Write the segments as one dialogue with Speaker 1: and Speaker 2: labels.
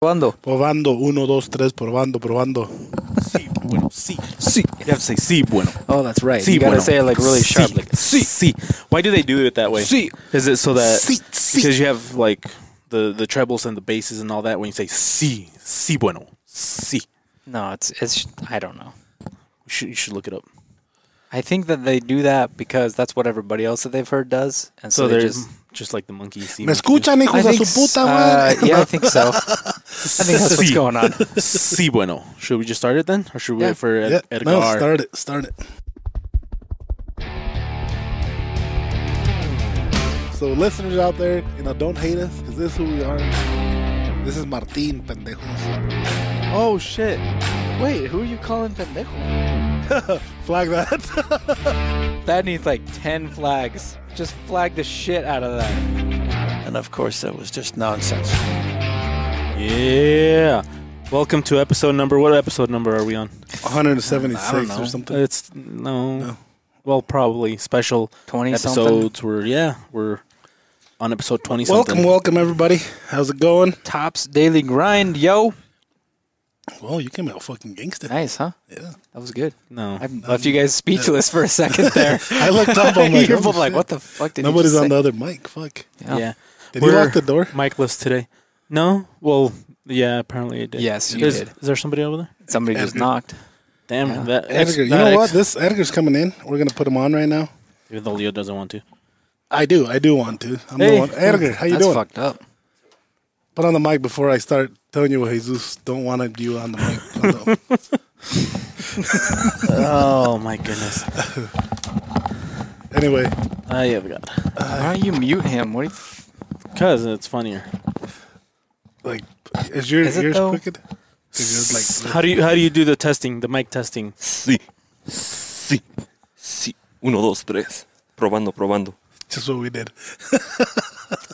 Speaker 1: Probando.
Speaker 2: Probando, uno, dos, tres, probando, probando.
Speaker 3: Sí, bueno, sí.
Speaker 1: See.
Speaker 3: You have to say sí, bueno.
Speaker 1: Oh, that's right.
Speaker 3: Sí,
Speaker 1: you gotta
Speaker 3: bueno.
Speaker 1: say it like really
Speaker 3: Sí,
Speaker 1: sharp. Like
Speaker 3: sí, sí. Why do they do it that way?
Speaker 1: Sí.
Speaker 3: Is it so that
Speaker 2: Sí, sí.
Speaker 3: because you have like the the trebles and the basses and all that when you say sí, sí, bueno, sí.
Speaker 1: no, it's it's I don't know.
Speaker 3: You should, you should look it up.
Speaker 1: I think that they do that because that's what everybody else that they've heard does, and so,
Speaker 3: So,
Speaker 1: they
Speaker 3: they're
Speaker 1: just.
Speaker 3: just, like the monkey. Sí,
Speaker 2: ¿Me escuchan, hijos de su puta
Speaker 1: uh,
Speaker 2: madre?
Speaker 1: yeah, I think so. I think that's what's
Speaker 3: Sí.
Speaker 1: going on.
Speaker 3: sí, bueno. Should we just start it then, or should we
Speaker 1: Yeah.
Speaker 3: wait for Ed,
Speaker 2: Yeah,
Speaker 3: Edgar?
Speaker 2: no, start it, start it. So, listeners out there, you know, don't hate us, because this is who we are. This is Martin, pendejos.
Speaker 1: Oh shit! Wait, who are you calling pendejo?
Speaker 2: Flag that.
Speaker 1: That needs like ten flags. Just flag the shit out of that.
Speaker 4: And of course, that was just nonsense.
Speaker 3: Yeah. Welcome to episode number. What episode number are we on?
Speaker 2: 176 or something.
Speaker 3: It's no. Well, probably special
Speaker 1: Twenty something.
Speaker 3: episodes. We're yeah, we're on episode twenty
Speaker 2: Welcome,
Speaker 3: something.
Speaker 2: welcome, everybody. How's it going?
Speaker 1: Tops daily grind, yo.
Speaker 2: Whoa, you came out fucking gangster.
Speaker 1: Nice, huh?
Speaker 2: Yeah.
Speaker 1: That was good.
Speaker 3: No.
Speaker 1: I left you guys speechless for a second there.
Speaker 2: I looked up, I'm like,
Speaker 1: You're
Speaker 2: oh,
Speaker 1: both like,
Speaker 2: shit.
Speaker 1: what the fuck did
Speaker 2: Nobody's
Speaker 1: you just
Speaker 2: on the
Speaker 1: say?
Speaker 2: other mic. Fuck.
Speaker 1: Yeah.
Speaker 3: Yeah.
Speaker 2: Did you
Speaker 3: We're
Speaker 2: lock the door?
Speaker 3: Miceless today. No? Well, yeah, apparently it did.
Speaker 1: Yes, you
Speaker 3: There's-
Speaker 1: did.
Speaker 3: Is there somebody over there?
Speaker 1: Somebody just
Speaker 2: Andrew.
Speaker 1: knocked.
Speaker 3: Damn,
Speaker 1: Yeah.
Speaker 3: that ex-
Speaker 2: Edgar, you
Speaker 3: that
Speaker 2: know what?
Speaker 3: ex-
Speaker 2: This Edgar's coming in. We're gonna put him on right now.
Speaker 3: Even though Leo doesn't want to.
Speaker 2: I do. I do want to. I'm
Speaker 3: Hey.
Speaker 2: the one. Edgar, how you
Speaker 1: That's
Speaker 2: doing?
Speaker 1: fucked up.
Speaker 2: Put on the mic before I start telling you what Jesus don't want you on the mic.
Speaker 3: oh my goodness.
Speaker 2: anyway,
Speaker 3: I have got.
Speaker 1: Why don't you mute him? What? do you-
Speaker 3: Because it's funnier.
Speaker 2: like, is your
Speaker 1: Is it
Speaker 2: yours
Speaker 1: though?
Speaker 2: crooked? 'Cause yours, like,
Speaker 3: How do you how do you do the testing, the mic testing?
Speaker 5: Sí. Sí. Sí. Uno, dos, tres. Probando, probando.
Speaker 2: just what we did.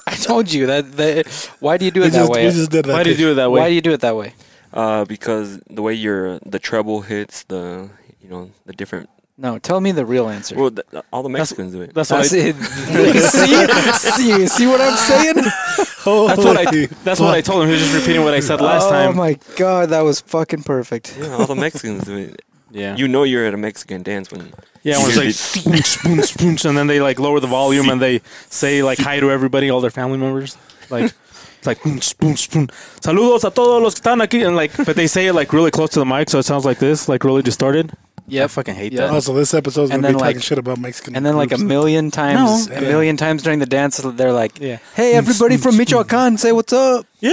Speaker 1: I told you that. that why do you do
Speaker 2: We
Speaker 1: it that
Speaker 2: just,
Speaker 1: way?
Speaker 2: we just did that.
Speaker 3: Why do you do it that way?
Speaker 1: Why do you do it that way?
Speaker 5: Uh, because the way your the treble hits the you know the different
Speaker 1: No, tell me the real answer.
Speaker 5: well th- all the Mexicans do it.
Speaker 3: That's what
Speaker 1: That's
Speaker 3: I,
Speaker 1: it. see, see, see what I'm saying?
Speaker 3: that's what I that's what I told him. He was just repeating what I said last
Speaker 1: oh
Speaker 3: time.
Speaker 1: my god, that was fucking perfect.
Speaker 5: Yeah, all the Mexicans do it.
Speaker 3: Yeah.
Speaker 5: You know you're at a Mexican dance when
Speaker 3: yeah, when it's like spoon, spoon, spoon, and then they like lower the volume and they say like hi to everybody, all their family members. Like it's like spoon, spoon, spoon. Saludos a todos los que están aquí and like but they say it like really close to the mic so it sounds like this, like really distorted.
Speaker 1: Yep.
Speaker 3: I fucking hate
Speaker 1: Yeah.
Speaker 3: that.
Speaker 2: Also, this episode's
Speaker 1: And
Speaker 2: gonna be
Speaker 1: then,
Speaker 2: talking
Speaker 1: like-
Speaker 2: shit about Mexican.
Speaker 1: And then like a
Speaker 2: groups.
Speaker 1: million times,
Speaker 3: No.
Speaker 1: a million times during the dance, they're like,
Speaker 3: Yeah.
Speaker 1: "Hey, everybody from Michoacan, say what's up."
Speaker 3: Yeah,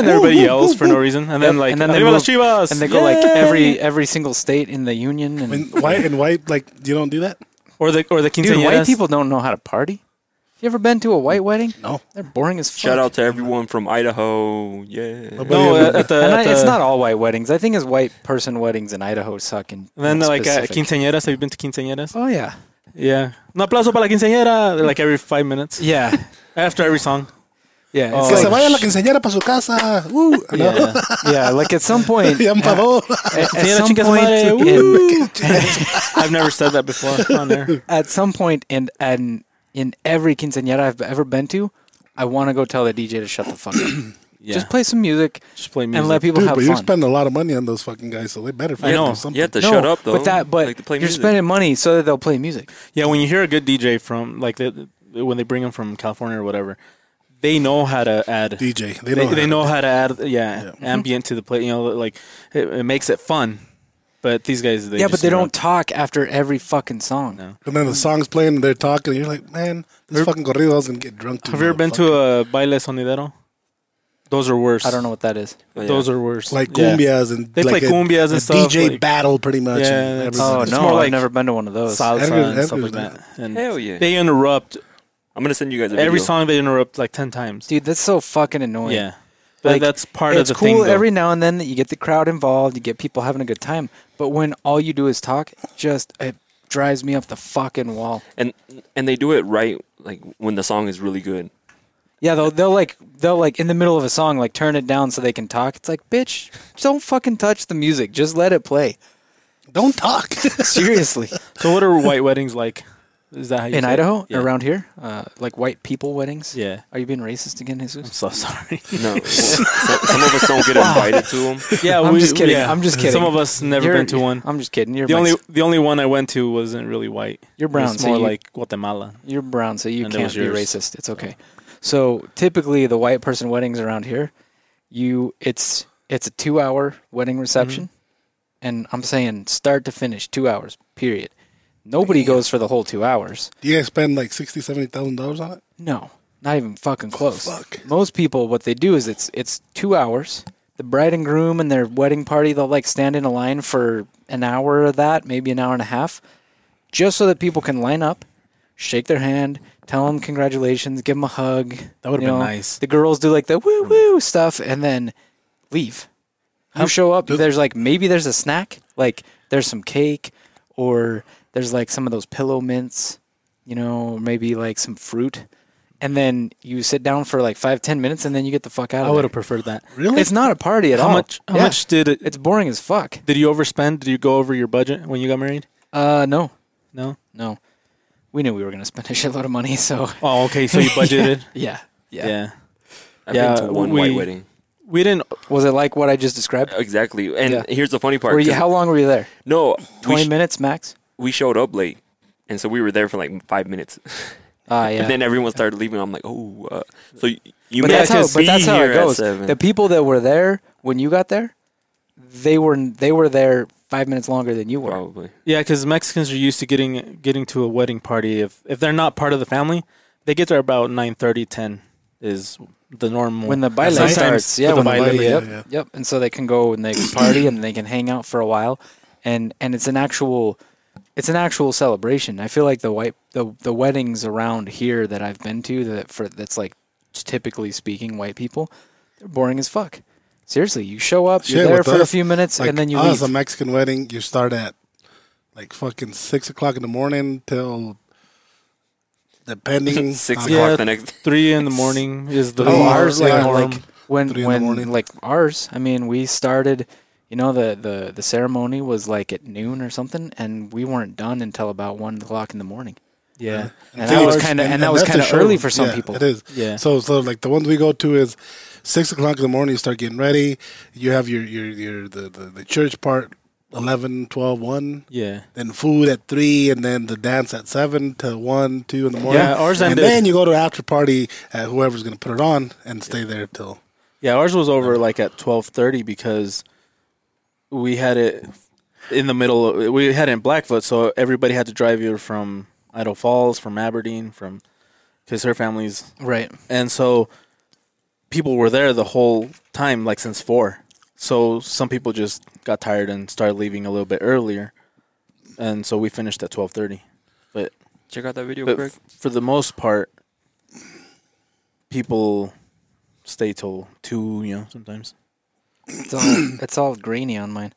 Speaker 3: and everybody
Speaker 1: Woo, woo,
Speaker 3: yells
Speaker 1: woo,
Speaker 3: for
Speaker 1: woo.
Speaker 3: no reason. And then
Speaker 1: Yep,
Speaker 3: like
Speaker 1: and then they
Speaker 3: "Arriba las
Speaker 1: move-
Speaker 3: Chivas!"
Speaker 1: and they go like
Speaker 3: Yay!
Speaker 1: every every single state in the union and
Speaker 2: And why and why like you don't do that?
Speaker 3: or the or the
Speaker 1: dude,
Speaker 3: quinceañeras.
Speaker 1: white people don't know how to party. You ever been to a white wedding?
Speaker 2: No.
Speaker 1: They're boring as fuck.
Speaker 5: shout out to everyone from Idaho. Yeah.
Speaker 2: Nobody-
Speaker 3: No,
Speaker 2: Yeah,
Speaker 3: at, at the,
Speaker 1: And
Speaker 3: at
Speaker 1: I, it's
Speaker 3: the-
Speaker 1: not all white weddings. I think it's white person weddings in Idaho suck. And
Speaker 3: And then like uh,
Speaker 1: specific.
Speaker 3: quinceañeras. Have you been to quinceañeras?
Speaker 1: Oh yeah,
Speaker 3: Yeah. Un aplauso para la quinceañera. Like every five minutes
Speaker 1: yeah,
Speaker 3: after every song.
Speaker 1: yeah.
Speaker 3: Oh,
Speaker 2: Que
Speaker 1: It's
Speaker 2: se
Speaker 1: like,
Speaker 2: vaya la quinceañera para su casa. Woo. No.
Speaker 3: Yeah.
Speaker 1: yeah, like at some point,
Speaker 2: Ya, por favor.
Speaker 1: at, at
Speaker 3: Señora
Speaker 1: some
Speaker 3: chica su
Speaker 1: point,
Speaker 3: madre,
Speaker 1: in,
Speaker 3: woo. I've never said that before on there.
Speaker 1: at some point, and and in every quinceañera I've ever been to, I want to go tell the DJ to shut the fuck up.
Speaker 3: Yeah.
Speaker 1: Just play some music,
Speaker 3: Just play
Speaker 1: and let people
Speaker 2: Dude,
Speaker 1: have
Speaker 2: but
Speaker 1: fun.
Speaker 2: you spend a lot of money on those fucking guys, so they better fucking
Speaker 3: know.
Speaker 2: do something.
Speaker 5: You have to shut up though.
Speaker 1: But that, but
Speaker 5: Like, to play
Speaker 1: you're
Speaker 5: music.
Speaker 1: spending money so that they'll play music.
Speaker 3: yeah, when you hear a good DJ from like the, when they bring him from California or whatever, they know how to add
Speaker 2: DJ. They
Speaker 3: They,
Speaker 2: know.
Speaker 3: they,
Speaker 2: how.
Speaker 3: know how to add yeah, Mm-hmm. ambient to the play. You know, like it, it makes it fun. But these guys, they
Speaker 1: yeah, but
Speaker 3: just
Speaker 1: they
Speaker 3: know.
Speaker 1: don't talk after every fucking song.
Speaker 3: No.
Speaker 2: And then the song's playing, and they're talking, and you're like, man, this fucking corrido is gonna get drunk. too,
Speaker 3: Have you ever been
Speaker 2: motherfucker."
Speaker 3: to a baile sonidero? Those are worse.
Speaker 1: I don't know what that is.
Speaker 5: Oh, yeah.
Speaker 3: Those are worse.
Speaker 2: like
Speaker 3: Yeah.
Speaker 2: cumbias and
Speaker 3: They
Speaker 2: like
Speaker 3: play
Speaker 2: a-
Speaker 3: cumbias and
Speaker 2: a
Speaker 3: stuff,
Speaker 2: DJ
Speaker 3: like-
Speaker 2: battle pretty much.
Speaker 3: Yeah,
Speaker 2: and
Speaker 3: that's-
Speaker 2: everything.
Speaker 1: Oh
Speaker 3: It's
Speaker 1: no,
Speaker 3: more
Speaker 1: I've
Speaker 3: like
Speaker 1: never been to one of those.
Speaker 3: salsa
Speaker 2: Edgar-
Speaker 3: and stuff like
Speaker 2: Edgar's
Speaker 3: that. And
Speaker 5: Hell yeah.
Speaker 3: They interrupt
Speaker 5: I'm gonna send you guys a
Speaker 3: every
Speaker 5: video.
Speaker 3: song. They interrupt like ten times.
Speaker 1: Dude, that's so fucking annoying.
Speaker 3: Yeah, but
Speaker 1: Like,
Speaker 3: that's part
Speaker 1: it's
Speaker 3: of the
Speaker 1: cool
Speaker 3: thing. though.
Speaker 1: every now and then that you get the crowd involved, you get people having a good time. But when all you do is talk, it just it drives me up the fucking wall.
Speaker 5: and and they do it right like when the song is really good.
Speaker 1: Yeah, they'll they'll like they'll like in the middle of a song like turn it down so they can talk. It's like, bitch, don't fucking touch the music. Just let it play.
Speaker 2: Don't talk.
Speaker 1: Seriously.
Speaker 3: so what are white weddings like? Is that how you
Speaker 1: in
Speaker 3: say it?
Speaker 1: Idaho,
Speaker 3: Yeah.
Speaker 1: around here, uh, like white people weddings.
Speaker 3: Yeah.
Speaker 1: Are you being racist again,
Speaker 3: I'm
Speaker 1: Jesus?
Speaker 3: so sorry.
Speaker 5: No, well, so, some of us don't get invited to them.
Speaker 3: yeah,
Speaker 1: I'm
Speaker 3: we,
Speaker 1: just kidding.
Speaker 3: yeah.
Speaker 1: I'm just kidding.
Speaker 3: Some of us never
Speaker 1: You're-
Speaker 3: been to one.
Speaker 1: I'm just kidding. You're
Speaker 3: the only
Speaker 1: Mex-
Speaker 3: the only one I went to wasn't really white.
Speaker 1: you're brown,
Speaker 3: It's
Speaker 1: so
Speaker 3: more
Speaker 1: you,
Speaker 3: like Guatemala.
Speaker 1: you're brown, so you
Speaker 3: And it
Speaker 1: can't
Speaker 3: was
Speaker 1: be
Speaker 3: yours.
Speaker 1: racist. It's okay. So typically, the white person weddings around here, you it's it's a two hour
Speaker 3: Mm-hmm.
Speaker 1: wedding reception, and I'm saying start to finish two hours period. Nobody goes for the whole two hours.
Speaker 2: Do you guys spend like sixty, seventy thousand dollars on it?
Speaker 1: No, not even fucking close.
Speaker 2: fuck.
Speaker 1: Most people, what they do is it's it's two hours. The bride and groom and their wedding party, they'll like stand in a line for an hour of that, maybe an hour and a half, just so that people can line up, shake their hand, tell them congratulations, give them a hug.
Speaker 3: That would've
Speaker 1: you
Speaker 3: been
Speaker 1: know.
Speaker 3: nice.
Speaker 1: The girls do like the woo woo stuff and then leave. You show up. There's like maybe there's a snack, like there's some cake, or there's like some of those pillow mints, you know, maybe like some fruit, and then you sit down for like five ten minutes, and then you get the fuck out.
Speaker 3: I
Speaker 1: of
Speaker 3: would
Speaker 1: there.
Speaker 3: have preferred that.
Speaker 2: Really?
Speaker 1: It's not a party at
Speaker 3: How
Speaker 1: all.
Speaker 3: much? How
Speaker 1: Yeah.
Speaker 3: much did it?
Speaker 1: It's boring as fuck.
Speaker 3: Did you overspend? Did you go over your budget when you got married?
Speaker 1: Uh, no,
Speaker 3: No.
Speaker 1: no. We knew we were gonna spend a shitload of money, so
Speaker 3: Oh, okay. So you budgeted.
Speaker 1: yeah, yeah.
Speaker 3: yeah.
Speaker 5: I've
Speaker 3: Yeah,
Speaker 5: been to one
Speaker 3: we-
Speaker 5: white wedding.
Speaker 3: We didn't.
Speaker 1: Was it like what I just described?
Speaker 5: Exactly. And
Speaker 1: Yeah.
Speaker 5: here's the funny part.
Speaker 1: Were you,
Speaker 5: 'cause-
Speaker 1: how long were you there?
Speaker 5: no, we,
Speaker 1: Twenty
Speaker 5: sh-
Speaker 1: minutes max.
Speaker 5: we showed up late. And so we were there for like five minutes.
Speaker 1: Ah, yeah.
Speaker 5: And then everyone started leaving. I'm like, oh, uh, so y- you
Speaker 1: but
Speaker 5: may
Speaker 1: that's how,
Speaker 5: just
Speaker 1: but
Speaker 5: be
Speaker 1: that's how
Speaker 5: here
Speaker 1: it
Speaker 5: at
Speaker 1: goes.
Speaker 2: Mm.
Speaker 5: seven.
Speaker 1: The people that were there when you got there, they were they were there five minutes longer than you
Speaker 2: Oh.
Speaker 1: were.
Speaker 5: Probably.
Speaker 3: Yeah, because Mexicans are used to getting getting to a wedding party. If if they're not part of the family, they get there about 9:30, 10 is the normal.
Speaker 1: When the baile
Speaker 3: Sometimes
Speaker 1: starts, yeah, when
Speaker 3: with the
Speaker 1: the
Speaker 3: baile,
Speaker 1: baile,
Speaker 2: yeah,
Speaker 1: yep,
Speaker 2: yeah.
Speaker 1: yep. And so they can go and they can party and they can hang out for a while, and and it's an actual, it's an actual celebration. I feel like the white the the weddings around here that I've been to that for that's like typically speaking white people, they're boring as fuck. Seriously, you show up, you're
Speaker 2: Shit,
Speaker 1: there
Speaker 2: with
Speaker 1: for a
Speaker 2: us,
Speaker 1: few minutes,
Speaker 2: Like, ah,
Speaker 1: and then you
Speaker 2: us,
Speaker 1: leave.
Speaker 2: a Mexican wedding, you start at like fucking six o'clock in the morning till depending
Speaker 5: Six
Speaker 2: on-
Speaker 5: o'clock
Speaker 3: Yeah.
Speaker 5: the next.
Speaker 3: three in the morning is the
Speaker 2: Oh,
Speaker 1: Oh, ours
Speaker 2: ours, like,
Speaker 1: like,
Speaker 2: yeah.
Speaker 1: like when
Speaker 2: Three in the morning.
Speaker 1: when like ours. I mean, we started. You know, the the the ceremony was like at noon or something, and we weren't done until about one o'clock in the morning.
Speaker 3: yeah.
Speaker 1: And that
Speaker 2: Two
Speaker 1: was
Speaker 2: hours,
Speaker 1: kind of and, that was
Speaker 2: that's
Speaker 1: kind
Speaker 2: a
Speaker 1: of
Speaker 2: short
Speaker 1: early
Speaker 2: one.
Speaker 1: for some
Speaker 2: Yeah,
Speaker 1: people.
Speaker 2: It is.
Speaker 3: Yeah.
Speaker 2: So so like the ones we go to is six o'clock in the morning. You start getting ready. You have your your your the the, the church part 11, 12, 1.
Speaker 3: Yeah.
Speaker 2: Then food at three, and then the dance at seven to one, two in the morning.
Speaker 3: Yeah, ours
Speaker 2: and
Speaker 3: ended-
Speaker 2: then you go to after party at whoever's going to put it on and stay there till.
Speaker 3: Yeah, ours was over like at twelve thirty because we had it in the middle. Of, we had it in Blackfoot, so everybody had to drive here from Idle Falls, from Aberdeen, from because her family's,
Speaker 1: Right.
Speaker 3: and so people were there the whole time, like since four. So some people just got tired and started leaving a little bit earlier, and so we finished at twelve thirty. But
Speaker 5: Check out that video,
Speaker 3: but
Speaker 5: Craig.
Speaker 3: f- for the most part, people stay till two. You know, sometimes.
Speaker 1: It's all it's all grainy on mine.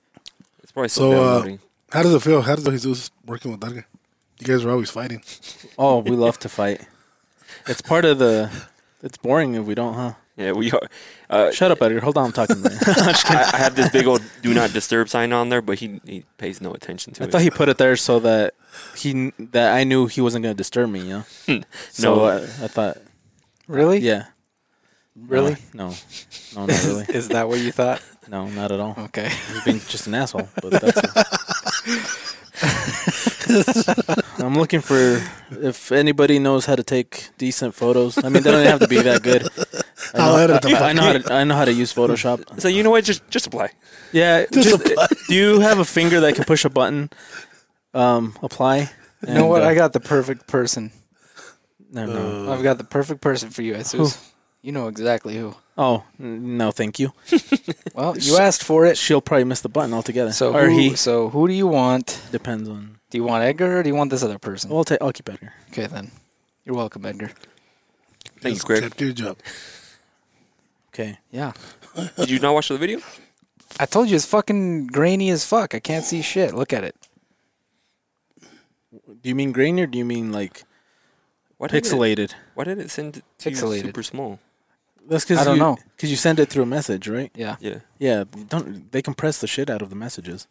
Speaker 5: It's probably
Speaker 2: So,
Speaker 5: still
Speaker 2: uh,
Speaker 5: downloading.
Speaker 2: How does it feel? How does Jesus working with that guy? You guys are always fighting.
Speaker 3: Oh, we love to fight. It's part of the. It's boring if we don't, huh?
Speaker 5: yeah, we are. Uh,
Speaker 3: Shut up, Edgar. Hold on, I'm talking. to you.
Speaker 5: I, I have this big old "Do Not Disturb" sign on there, but he he pays no attention to
Speaker 3: I
Speaker 5: it.
Speaker 3: thought he put it there so that he kn- that I knew he wasn't gonna disturb me. You know. So
Speaker 5: No.
Speaker 3: I, I thought,
Speaker 1: Really?
Speaker 3: yeah.
Speaker 1: Really?
Speaker 3: Uh, No, no, not really.
Speaker 1: Is that what you thought?
Speaker 3: No, not at all.
Speaker 1: Okay.
Speaker 3: He's being just an asshole. But that's. I'm looking for if anybody knows how to take decent photos. I mean, they don't have to be that good. I
Speaker 2: I'll
Speaker 3: know,
Speaker 2: edit the
Speaker 3: I know how to. I know how to use Photoshop.
Speaker 5: so you know what? Just just apply.
Speaker 3: Yeah. Just, do you have a finger that can push a button? Um, apply.
Speaker 1: You know
Speaker 3: uh,
Speaker 1: what? I got the perfect person.
Speaker 3: No,
Speaker 2: Uh,
Speaker 3: no.
Speaker 1: I've got the perfect person for you, Jesus. You know exactly who.
Speaker 3: Oh n- no, thank you.
Speaker 1: Well, you asked for it.
Speaker 3: She'll probably miss the button altogether.
Speaker 1: So
Speaker 3: or
Speaker 1: who,
Speaker 3: he
Speaker 1: so who do you want?
Speaker 3: depends on.
Speaker 1: Do you want Edgar or do you want this other person?
Speaker 3: Well, I'll, ta- I'll keep Edgar.
Speaker 1: Okay then. You're welcome, Edgar.
Speaker 5: Thank you,
Speaker 2: Just
Speaker 5: Greg.
Speaker 2: kept your job.
Speaker 3: Okay.
Speaker 1: Yeah.
Speaker 5: Did you not watch the video?
Speaker 1: I told you it's fucking grainy as fuck. I can't see shit. Look at it.
Speaker 3: Do you mean green or do you mean like
Speaker 5: Why did It,
Speaker 3: pixelated?
Speaker 5: why did it send it to you
Speaker 1: Pixelated.
Speaker 5: super small?
Speaker 3: That's because
Speaker 1: I don't know.
Speaker 3: Because you send it through a message, right?
Speaker 1: Yeah.
Speaker 5: Yeah.
Speaker 3: Yeah. Don't they compress the shit out of the messages?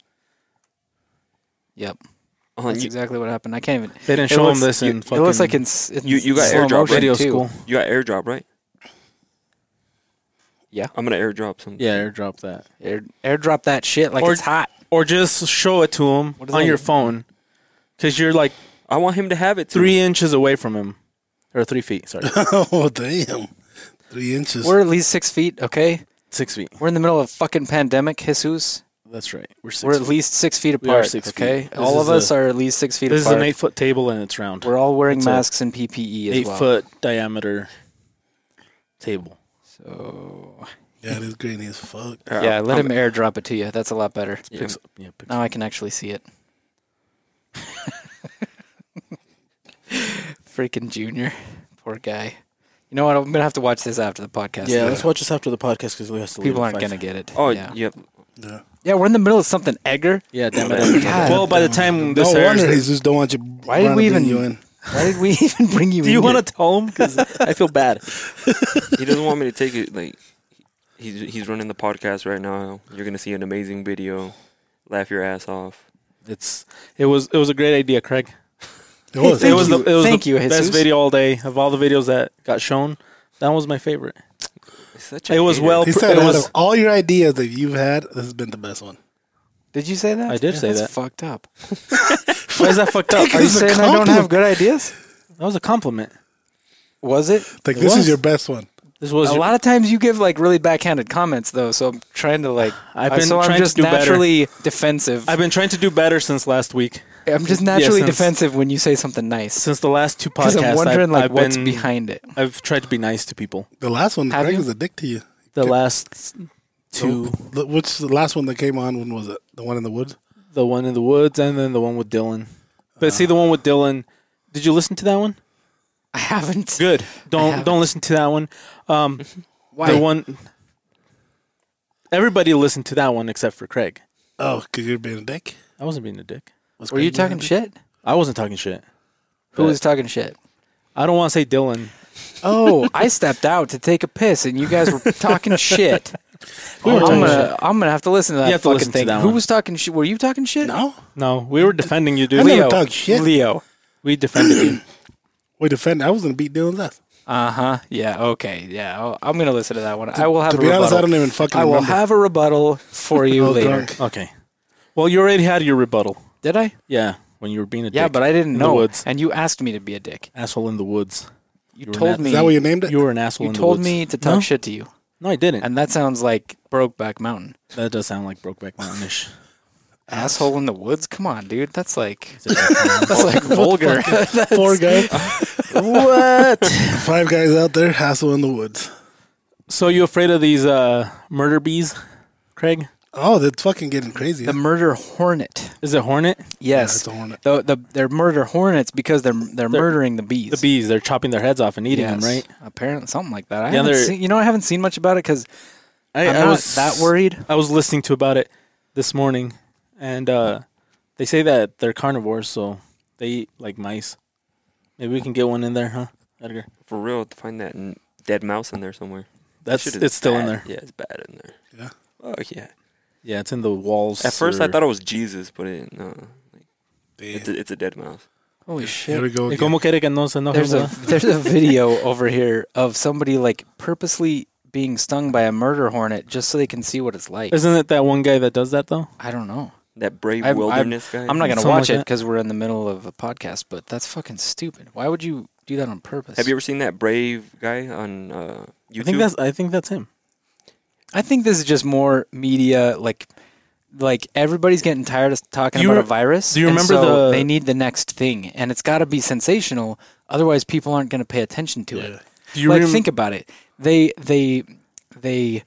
Speaker 1: Yep.
Speaker 5: Uh-huh,
Speaker 1: That's
Speaker 5: you,
Speaker 1: exactly what happened. I can't even.
Speaker 3: They didn't
Speaker 1: It
Speaker 3: show
Speaker 1: looks-
Speaker 3: him this
Speaker 5: you-
Speaker 3: in
Speaker 1: It
Speaker 3: fucking
Speaker 1: looks like it's, it's
Speaker 5: You- you got
Speaker 1: slow
Speaker 5: airdrop
Speaker 1: motion,
Speaker 3: radio
Speaker 1: too.
Speaker 3: school.
Speaker 5: you got airdrop, right?
Speaker 1: Yeah.
Speaker 5: I'm gonna airdrop some.
Speaker 3: Yeah, airdrop that.
Speaker 1: Air, airdrop that shit like
Speaker 3: Or-
Speaker 1: it's hot.
Speaker 3: Or just show it to him
Speaker 1: What
Speaker 3: on
Speaker 1: does that
Speaker 3: your
Speaker 1: mean?
Speaker 3: phone. Because you're like
Speaker 5: I want him to have it. Too.
Speaker 3: three inches away from him. Or three feet, sorry.
Speaker 2: oh damn, three inches.
Speaker 1: We're at least six feet. Okay,
Speaker 3: six feet.
Speaker 1: we're in the middle of fucking pandemic, Jesus.
Speaker 3: That's right. We're 6
Speaker 1: we we're at
Speaker 3: feet.
Speaker 1: least six feet
Speaker 3: We are
Speaker 1: apart.
Speaker 3: six feet.
Speaker 1: okay,
Speaker 3: This
Speaker 1: all of
Speaker 3: is
Speaker 1: us
Speaker 3: a-
Speaker 1: are at least six feet
Speaker 3: This is
Speaker 1: apart.
Speaker 3: an eight foot table and it's round.
Speaker 1: we're all wearing
Speaker 3: It's a
Speaker 1: masks and PPE as
Speaker 3: eight
Speaker 1: well.
Speaker 3: foot diameter table.
Speaker 1: So
Speaker 2: yeah, this green is fuck.
Speaker 1: yeah, let
Speaker 3: Um,
Speaker 5: I'm-
Speaker 1: him airdrop it to you. That's a lot better.
Speaker 5: Yeah.
Speaker 3: Pix- yeah, pix-
Speaker 1: Now I can actually see it. Freaking Junior, poor guy. You know what? I'm gonna have to watch this after the podcast.
Speaker 3: yeah,
Speaker 1: though.
Speaker 3: let's watch this after the podcast because we have to.
Speaker 1: people
Speaker 3: leave
Speaker 1: aren't gonna get it.
Speaker 5: Oh
Speaker 1: yeah.
Speaker 5: yeah.
Speaker 2: Yeah.
Speaker 1: Yeah, we're in the middle of something, Edgar.
Speaker 3: Yeah, damn it.
Speaker 1: it.
Speaker 3: Well, by the time
Speaker 2: No
Speaker 3: this airs,
Speaker 2: wonder Jesus don't want you. Why
Speaker 1: did we even-
Speaker 2: you in?
Speaker 1: Why did we even bring you?
Speaker 3: do you want to tell him? Because I feel bad.
Speaker 5: He doesn't want me to take it. Like he's he's running the podcast right now. You're gonna see an amazing video. Laugh your ass off.
Speaker 3: It's it was it was a great idea, Craig.
Speaker 2: It was.
Speaker 1: Thank
Speaker 3: it was
Speaker 1: you.
Speaker 3: the it was
Speaker 1: Thank
Speaker 3: the
Speaker 1: you,
Speaker 3: best
Speaker 1: Jesus.
Speaker 3: video all day of all the videos that got shown. That was my favorite.
Speaker 5: He's Such
Speaker 3: It was
Speaker 5: hater.
Speaker 3: well-
Speaker 2: He said,
Speaker 3: It
Speaker 2: out
Speaker 3: was-
Speaker 2: of all your ideas that you've had, this has been the best one.
Speaker 1: Did you say that?
Speaker 3: I did
Speaker 1: Yeah,
Speaker 3: say
Speaker 1: that's
Speaker 3: that.
Speaker 1: Fucked up.
Speaker 3: Why is that fucked
Speaker 1: Are
Speaker 3: up? That
Speaker 1: you
Speaker 2: was a
Speaker 1: saying I don't have
Speaker 2: compliment.
Speaker 1: good ideas?
Speaker 3: was a compliment.
Speaker 1: Was it?
Speaker 2: Like
Speaker 1: It
Speaker 2: this
Speaker 1: was.
Speaker 2: is your best one.
Speaker 3: This was
Speaker 1: A lot of times you give like really backhanded comments though, so I'm trying to like.
Speaker 3: I've
Speaker 1: I-
Speaker 3: been
Speaker 1: so I'm
Speaker 3: trying
Speaker 1: just
Speaker 3: to do better.
Speaker 1: naturally defensive.
Speaker 3: I've been trying to do better since last week,
Speaker 1: I'm just
Speaker 3: Yeah,
Speaker 1: naturally
Speaker 3: since-
Speaker 1: defensive when you say something nice
Speaker 3: since the last two
Speaker 1: because
Speaker 3: podcasts.
Speaker 1: I'm wondering
Speaker 3: I've,
Speaker 1: like
Speaker 3: I've
Speaker 1: what's
Speaker 3: been-
Speaker 1: behind it.
Speaker 3: I've tried to be nice to people.
Speaker 2: The last one,
Speaker 1: Have
Speaker 2: Craig
Speaker 1: you?
Speaker 2: is a dick to you.
Speaker 3: The
Speaker 2: Okay.
Speaker 3: last two,
Speaker 2: The- Which the last one that came on? When was it? The one in the woods?
Speaker 3: the one in the woods, and then the one with Dylan. But see, the one with Dylan. Did you listen to that one?
Speaker 1: I haven't.
Speaker 3: Good. Don't
Speaker 1: haven't.
Speaker 3: don't listen to that one. Um,
Speaker 1: Why?
Speaker 3: The one. Everybody listened to that one except for Craig.
Speaker 2: Oh, because you're being a dick.
Speaker 3: I wasn't being a dick.
Speaker 2: Was
Speaker 1: Were you
Speaker 2: Craig being a
Speaker 1: talking
Speaker 2: dick?
Speaker 1: shit?
Speaker 3: I wasn't talking shit.
Speaker 1: Who
Speaker 3: But-
Speaker 1: was talking shit?
Speaker 3: I don't want to say Dylan.
Speaker 1: Oh, I stepped out to take a piss, and you guys were talking shit.
Speaker 3: We were
Speaker 1: Oh, I'm
Speaker 3: talking
Speaker 1: gonna, I'm gonna have to listen to that
Speaker 3: have to
Speaker 1: fucking
Speaker 3: listen to
Speaker 1: thing.
Speaker 3: that
Speaker 1: Who
Speaker 3: one.
Speaker 1: was talking shit? Were you talking shit?
Speaker 2: No,
Speaker 3: No, we were defending you, dude.
Speaker 2: I never
Speaker 3: Leo.
Speaker 2: talked shit.
Speaker 3: Leo. We defended you.
Speaker 2: we defend. I was gonna beat Dylan's ass.
Speaker 1: Uh huh. Yeah. Okay. Yeah. I'll, I'm gonna listen to that one. I will have
Speaker 2: To
Speaker 1: a
Speaker 2: be
Speaker 1: rebuttal.
Speaker 2: honest, I don't even fucking
Speaker 1: I will
Speaker 2: remember.
Speaker 1: have a rebuttal for
Speaker 2: I
Speaker 1: you
Speaker 2: was
Speaker 1: later.
Speaker 2: drunk.
Speaker 3: Okay. Well, you already had your rebuttal.
Speaker 1: Did I?
Speaker 3: Yeah, when you were being a
Speaker 1: Yeah,
Speaker 3: dick.
Speaker 1: but I didn't
Speaker 3: In the
Speaker 1: know.
Speaker 3: woods.
Speaker 1: And you asked me to be a dick.
Speaker 3: asshole in the woods.
Speaker 1: You,
Speaker 3: were
Speaker 1: told
Speaker 3: an
Speaker 1: me.
Speaker 2: Is that what you named it?
Speaker 3: You were an asshole
Speaker 1: you
Speaker 3: in
Speaker 1: told
Speaker 3: the woods.
Speaker 1: me to talk
Speaker 3: no?
Speaker 1: shit to you,
Speaker 3: No, I didn't.
Speaker 1: and that sounds like Brokeback Mountain.
Speaker 3: that does sound like Brokeback Mountainish.
Speaker 1: Asshole in the woods. Come on, dude. That's like
Speaker 3: Is it-
Speaker 1: that's like vulgar.
Speaker 2: Four guys,
Speaker 3: what?
Speaker 2: five guys out there, hassle in the woods.
Speaker 3: So you afraid of these uh, murder bees, Craig?
Speaker 2: Oh, that's fucking getting crazy.
Speaker 1: the murder hornet.
Speaker 3: Is it hornet?
Speaker 1: Yes,
Speaker 2: it's a hornet.
Speaker 1: The, the they're murder hornets because they're they're, murdering the bees.
Speaker 3: The bees, they're chopping their heads off and eating them, right?
Speaker 1: Apparently, something like that. I
Speaker 3: Yeah,
Speaker 1: haven't
Speaker 3: they're-
Speaker 1: seen, you know, I haven't seen much about it because
Speaker 3: I,
Speaker 1: I'm
Speaker 3: I
Speaker 1: not
Speaker 3: was
Speaker 1: that worried.
Speaker 3: I was listening to about it this morning, and uh, they say that they're carnivores, so they eat like mice. Maybe we can get one in there, huh, Edgar?
Speaker 5: for real. Find that n- dead mouse in there somewhere.
Speaker 3: That's
Speaker 5: Shit is
Speaker 3: it's still in
Speaker 5: bad.
Speaker 3: there.
Speaker 5: Yeah, it's bad in there.
Speaker 2: Yeah.
Speaker 5: Oh yeah.
Speaker 3: Yeah, it's in the walls.
Speaker 5: At first, I
Speaker 3: or-
Speaker 5: thought it was Jesus, but it, no, it's
Speaker 2: Damn.
Speaker 5: a, it's a dead mouse.
Speaker 1: Holy
Speaker 2: Here we
Speaker 1: shit!
Speaker 2: go.
Speaker 3: ¿Y
Speaker 2: Again.
Speaker 3: cómo quiere que no se enoje,
Speaker 1: There's a
Speaker 3: verdad?
Speaker 1: there's a video over here of somebody like purposely being stung by a murder hornet just so they can see what it's like.
Speaker 3: Isn't it that one guy that does that though?
Speaker 1: I don't know.
Speaker 5: That brave
Speaker 1: I'm- I'm-
Speaker 5: wilderness guy.
Speaker 1: I'm not gonna
Speaker 3: Something
Speaker 1: watch
Speaker 3: like
Speaker 1: it it
Speaker 3: that.
Speaker 1: because we're in the middle of a podcast, but that's fucking stupid. Why would you do that on purpose?
Speaker 5: Have you ever seen that brave guy on uh, YouTube?
Speaker 3: I think that's I think that's him.
Speaker 1: I think this is just more media like like everybody's getting tired of talking
Speaker 3: You
Speaker 1: about a
Speaker 3: re-
Speaker 1: virus.
Speaker 3: do you
Speaker 1: and
Speaker 3: remember
Speaker 1: so
Speaker 3: the-
Speaker 1: they need the next thing and it's got to be sensational otherwise people aren't going to pay attention to it.
Speaker 3: Do you
Speaker 1: like
Speaker 3: rem-
Speaker 1: think about it. They they they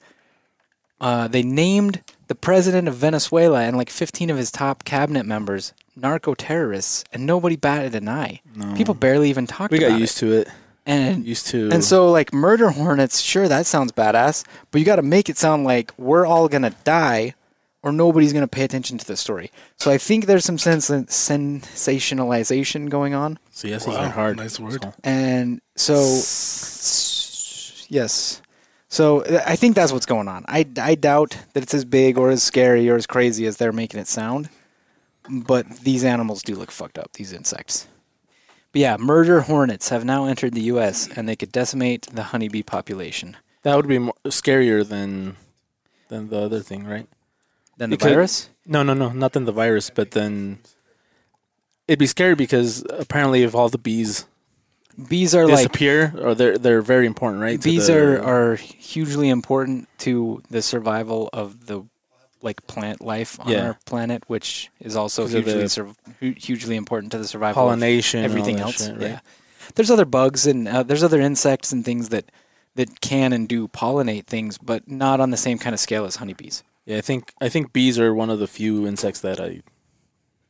Speaker 1: uh, they named the president of Venezuela and like 15 of his top cabinet members narco terrorists and nobody batted an eye. People barely even talked
Speaker 3: we
Speaker 1: about
Speaker 3: got used to it.
Speaker 1: and
Speaker 3: Used to
Speaker 1: and so, like, murder hornets, sure, that sounds badass, but you got to make it sound like we're all going to die or nobody's going to pay attention to the story. So I think there's some sens- sensationalization going on.
Speaker 3: so yes,
Speaker 2: Wow,
Speaker 3: wow, hard.
Speaker 2: nice word.
Speaker 3: So-
Speaker 1: And so, yes. So uh, I think that's what's going on. I, I doubt that it's as big or as scary or as crazy as they're making it sound, but these animals do look fucked up. These insects. But yeah, murder hornets have now entered the U.S. and they could decimate the honeybee population.
Speaker 3: That would be more scarier than than the other thing, right?
Speaker 1: Then the
Speaker 3: Because-
Speaker 1: virus.
Speaker 3: No, no, no, not than the virus, but then it'd be scary because apparently if all the bees
Speaker 1: Bees are like
Speaker 3: disappear, or they're they're very important, right? to
Speaker 1: Bees
Speaker 3: the-
Speaker 1: are, are hugely important to the survival of the like plant life on
Speaker 3: Yeah.
Speaker 1: our planet, which is also
Speaker 3: 'Cause of
Speaker 1: hugely
Speaker 3: the
Speaker 1: sur- hu- hugely important to the survival
Speaker 3: pollination,
Speaker 1: of
Speaker 3: and all
Speaker 1: everything
Speaker 3: that
Speaker 1: else.
Speaker 3: shit,
Speaker 1: Yeah, there's other bugs and uh, there's other insects and things that that can and do pollinate things, but not on the same kind of scale as honeybees.
Speaker 3: Yeah, I think I think bees are one of the few insects that I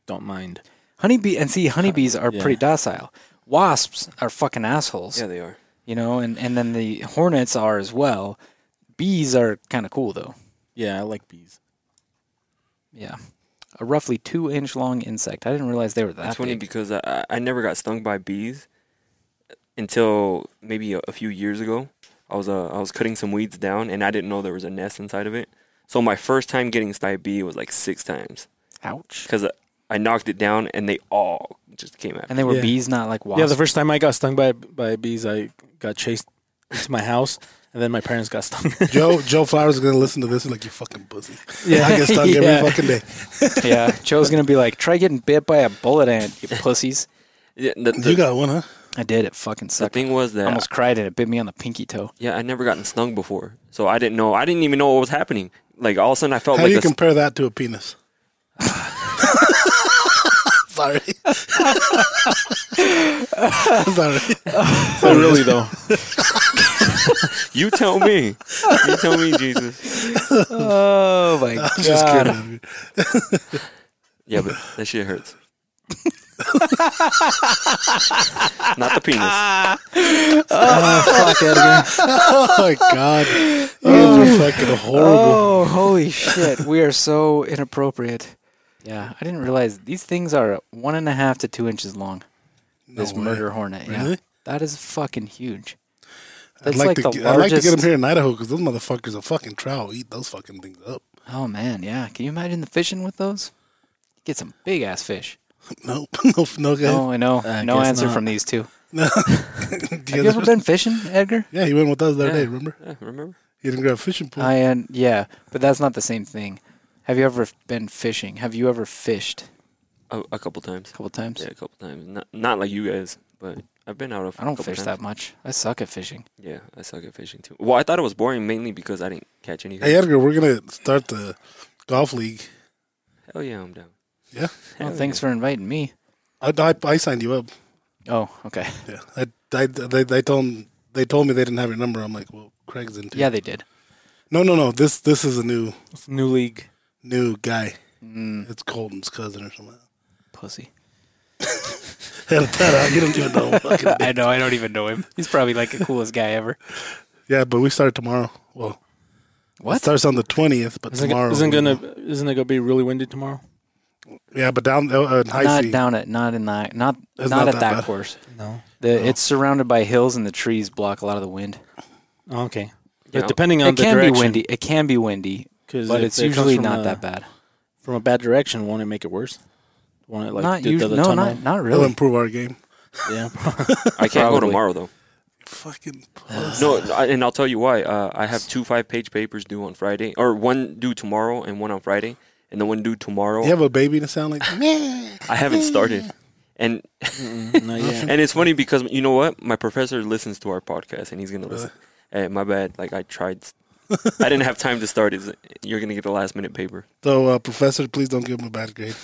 Speaker 3: don't mind.
Speaker 1: Honeybee and see, honeybees are
Speaker 3: yeah.
Speaker 1: pretty docile. Wasps are fucking assholes.
Speaker 5: Yeah, they are.
Speaker 1: You know, and, and then the hornets are as well. Bees are kind of cool though.
Speaker 3: Yeah, I like bees.
Speaker 1: Yeah. A roughly two inch long insect. I didn't realize they were that
Speaker 5: It's funny
Speaker 1: big.
Speaker 5: because I- I, I never got stung by bees until maybe a, a few years ago. I was uh, I was cutting some weeds down and I didn't know there was a nest inside of it. So my first time getting stung by bee was like six times
Speaker 1: Ouch.
Speaker 5: because I knocked it down and they all just came at me.
Speaker 1: And they were
Speaker 3: Yeah.
Speaker 1: bees, not like wasps.
Speaker 3: Yeah, the first time I got stung by by bees, I got chased to my house, and then my parents got stung.
Speaker 2: Joe Joe Flowers is gonna listen to this and like you fucking pussy.
Speaker 1: Yeah.
Speaker 2: Yeah, I get stung
Speaker 1: Yeah.
Speaker 2: every fucking day.
Speaker 1: yeah. Joe's going to be like, try getting bit by a bullet ant, you pussies.
Speaker 5: Yeah, the, the,
Speaker 2: You got one, huh?
Speaker 1: I did. It fucking
Speaker 5: the
Speaker 1: sucked.
Speaker 5: thing was
Speaker 1: I
Speaker 5: that
Speaker 1: almost cried and it bit me on the pinky toe.
Speaker 5: yeah I never gotten stung before, so I didn't know I didn't even know what was happening. Like all of a sudden I felt
Speaker 2: How do
Speaker 5: like
Speaker 2: you
Speaker 5: a,
Speaker 2: compare that to a penis? Sorry. Sorry.
Speaker 3: but really though,
Speaker 5: you tell me, you tell me Jesus.
Speaker 1: Oh, my God.
Speaker 2: Just kidding.
Speaker 5: Yeah, but that shit hurts. Not the penis.
Speaker 1: Fuck, Edgar.
Speaker 2: Oh my god. You guys are fucking horrible.
Speaker 1: Oh, holy shit. We are so inappropriate. Yeah, I didn't realize these things are one and a half to two inches long. this
Speaker 2: way.
Speaker 1: murder hornet. Yeah.
Speaker 2: Really?
Speaker 1: That is fucking huge.
Speaker 2: I'd
Speaker 1: That's
Speaker 2: like,
Speaker 1: like,
Speaker 2: to
Speaker 1: the
Speaker 2: get, I'd like
Speaker 1: largest.
Speaker 2: to get them here in Idaho because those motherfuckers are fucking trout. Eat those fucking things up.
Speaker 1: Oh man, yeah. Can you imagine the fishing with those? Get some big ass fish.
Speaker 2: Nope. no, no, guys.
Speaker 1: No, I know.
Speaker 3: I
Speaker 1: no
Speaker 3: guess
Speaker 1: answer
Speaker 3: not.
Speaker 1: from these two.
Speaker 2: No.
Speaker 1: Have you ever been fishing, Edgar?
Speaker 2: Yeah, he went with us the other day,
Speaker 5: Yeah.
Speaker 2: remember?
Speaker 5: Yeah, remember?
Speaker 2: He didn't grab a fishing pole.
Speaker 1: I and yeah, but that's not the same thing. Have you ever been fishing? Have you ever fished
Speaker 5: A, a couple times.
Speaker 1: a couple times?
Speaker 5: Yeah, a couple times. Not not like you guys, but I've been out of.
Speaker 1: I
Speaker 5: a
Speaker 1: don't
Speaker 5: couple
Speaker 1: fish
Speaker 5: times.
Speaker 1: that much. I suck at fishing.
Speaker 5: Yeah, I suck at fishing too. Well, I thought it was boring mainly because I didn't catch anything.
Speaker 2: hey, Edgar, we're going to start the golf league.
Speaker 5: Hell yeah, I'm down.
Speaker 2: Yeah.
Speaker 1: Well,
Speaker 5: Hell
Speaker 1: Oh, thanks for inviting me.
Speaker 2: I, I, I signed you up.
Speaker 1: Oh, okay.
Speaker 2: Yeah. I, I, they, they, told, him- they told me they didn't have your number. I'm like, well, Craig's into
Speaker 1: Yeah, they did.
Speaker 2: No, no, no. This this is a new
Speaker 3: it's new league.
Speaker 2: new guy.
Speaker 1: Mm,
Speaker 2: It's Colton's cousin or something.
Speaker 1: pussy.
Speaker 2: Edit that out. You don't even know. Fucking dick.
Speaker 1: know. I don't even know him. He's probably like the coolest guy ever.
Speaker 2: Yeah, but we start tomorrow. Well,
Speaker 1: What?
Speaker 2: It starts on the twentieth, but
Speaker 3: Isn't,
Speaker 2: tomorrow
Speaker 3: isn't
Speaker 2: we-
Speaker 3: gonna isn't it gonna be really windy tomorrow?
Speaker 2: Yeah, but down uh, in high
Speaker 1: not
Speaker 2: sea.
Speaker 1: down at not in that not
Speaker 2: It's
Speaker 1: not,
Speaker 2: not
Speaker 1: at
Speaker 2: that
Speaker 1: that
Speaker 2: bad.
Speaker 1: course.
Speaker 3: No.
Speaker 1: The it's surrounded by hills and the trees block a lot of the wind.
Speaker 3: Oh, okay.
Speaker 5: Yeah.
Speaker 3: But depending on
Speaker 1: It
Speaker 3: the
Speaker 1: can
Speaker 3: direction,
Speaker 1: be windy. It can be windy,
Speaker 3: 'cause
Speaker 1: but
Speaker 3: if
Speaker 1: it's
Speaker 3: it comes
Speaker 1: usually
Speaker 3: from
Speaker 1: not
Speaker 3: a-
Speaker 1: that bad.
Speaker 3: From a bad direction, won't it make it worse? Won't it like
Speaker 1: not
Speaker 3: the, the,
Speaker 1: usually.
Speaker 3: the
Speaker 1: No,
Speaker 3: tunnel?
Speaker 1: not not
Speaker 2: It'll
Speaker 1: really.
Speaker 2: improve our game.
Speaker 3: Yeah.
Speaker 5: I can't go
Speaker 1: Probably.
Speaker 5: tomorrow though.
Speaker 2: Fucking
Speaker 5: No, I, and I'll tell you why. Uh, I have two five-page papers due on Friday, or one due tomorrow and one on Friday, and the one due tomorrow.
Speaker 2: You have a baby to sound like meh.
Speaker 5: I haven't started, and
Speaker 3: no, yeah.
Speaker 5: and it's funny because you know what? My professor listens to our podcast, and he's gonna listen. Hey, my bad. Like I tried. I didn't have time to start. Is you're gonna get the last minute paper?
Speaker 2: So, uh, professor, please don't give him a bad grade.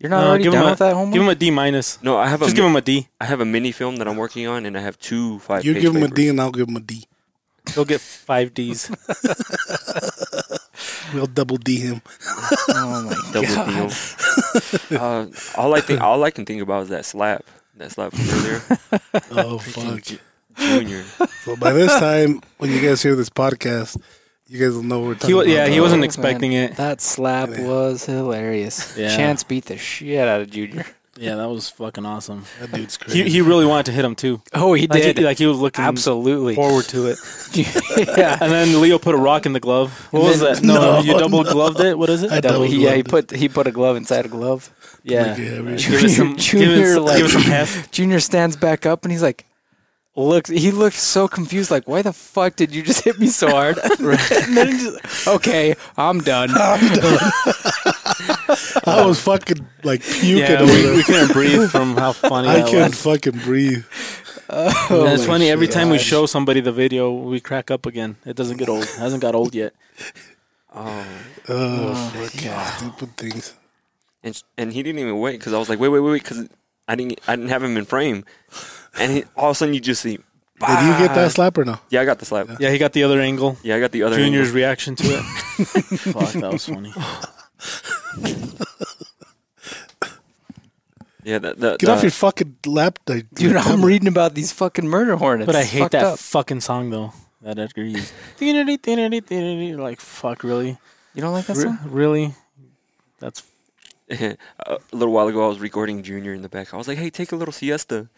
Speaker 1: You're not
Speaker 3: No,
Speaker 1: already
Speaker 3: give him
Speaker 1: done
Speaker 3: a-
Speaker 1: with that homework.
Speaker 3: Give him a D minus.
Speaker 5: No, I have
Speaker 3: Just
Speaker 5: a
Speaker 3: give
Speaker 5: mi-
Speaker 3: him a D.
Speaker 5: I have a mini film that I'm working on, and I have two five.
Speaker 2: You give him a D, and I'll give him a D.
Speaker 3: He'll get five Ds.
Speaker 2: We'll double D him.
Speaker 1: oh my
Speaker 5: Double deal. uh, all I think, all I can think about is that slap. That slap from earlier,
Speaker 2: Oh fuck!
Speaker 5: Junior.
Speaker 2: so by this time, when you guys hear this podcast, you guys will know what we're talking
Speaker 3: He wa-
Speaker 2: about.
Speaker 3: yeah, he
Speaker 1: God.
Speaker 3: wasn't
Speaker 1: Man,
Speaker 3: expecting it.
Speaker 1: That slap
Speaker 2: Yeah.
Speaker 1: was hilarious.
Speaker 3: Yeah.
Speaker 1: Chance beat the shit out of Junior.
Speaker 3: Yeah, that was fucking awesome.
Speaker 2: That dude's
Speaker 3: He,
Speaker 2: crazy.
Speaker 3: he really wanted to hit him too.
Speaker 1: Oh, he
Speaker 3: Like,
Speaker 1: did.
Speaker 3: He, like he was looking
Speaker 1: Absolutely.
Speaker 3: forward to it.
Speaker 1: yeah.
Speaker 3: And then Leo put a rock in the glove. What
Speaker 1: And
Speaker 3: was
Speaker 1: then-
Speaker 3: that? No,
Speaker 2: No,
Speaker 3: you double gloved it. What is it?
Speaker 2: I
Speaker 1: Double,
Speaker 2: double
Speaker 1: he, yeah, he
Speaker 2: gloved.
Speaker 1: put he put a glove inside a glove. Yeah.
Speaker 2: Like, yeah, we-
Speaker 3: Give it some,
Speaker 1: Junior,
Speaker 3: give it some,
Speaker 1: like-
Speaker 3: give it some heft.
Speaker 1: Junior stands back up and he's like, looks. He looked so confused, like, why the fuck did you just hit me so hard? and then he just, okay, I'm done.
Speaker 2: I was fucking like puking
Speaker 3: Yeah,
Speaker 2: over
Speaker 3: we,
Speaker 2: there.
Speaker 3: we couldn't breathe from how funny
Speaker 2: I
Speaker 3: that
Speaker 2: couldn't
Speaker 3: was.
Speaker 2: fucking breathe.
Speaker 3: And it's
Speaker 2: Holy
Speaker 3: funny every
Speaker 2: shit.
Speaker 3: time we show somebody the video, we crack up again. It doesn't get old. It hasn't got old yet.
Speaker 5: Oh.
Speaker 2: Oh, fucking stupid things.
Speaker 5: and sh- and he didn't even wait because I was like, wait, wait, wait, wait, because I didn't I didn't have him in frame, and he, all of a sudden you just see.
Speaker 2: Did you get
Speaker 5: "Bah."
Speaker 2: that slap or no?
Speaker 5: Yeah, I got the slap. Yeah,
Speaker 3: Yeah, he got the other angle.
Speaker 5: I got the other.
Speaker 3: Junior's
Speaker 5: angle.
Speaker 3: reaction to it. Fuck, that was funny.
Speaker 5: Yeah, that, that,
Speaker 2: Get
Speaker 5: that-
Speaker 2: off your fucking lap, like,
Speaker 1: Dude, I'm reading about these fucking murder hornets.
Speaker 3: But I
Speaker 1: It's
Speaker 3: hate
Speaker 1: fucked
Speaker 3: that
Speaker 1: up.
Speaker 3: fucking song though. That Edgar used. like fuck, really,
Speaker 1: You don't like that
Speaker 3: Re-
Speaker 1: song?
Speaker 3: really. That's
Speaker 5: a little while ago, I was recording Junior in the back. I was like, hey, take a little siesta,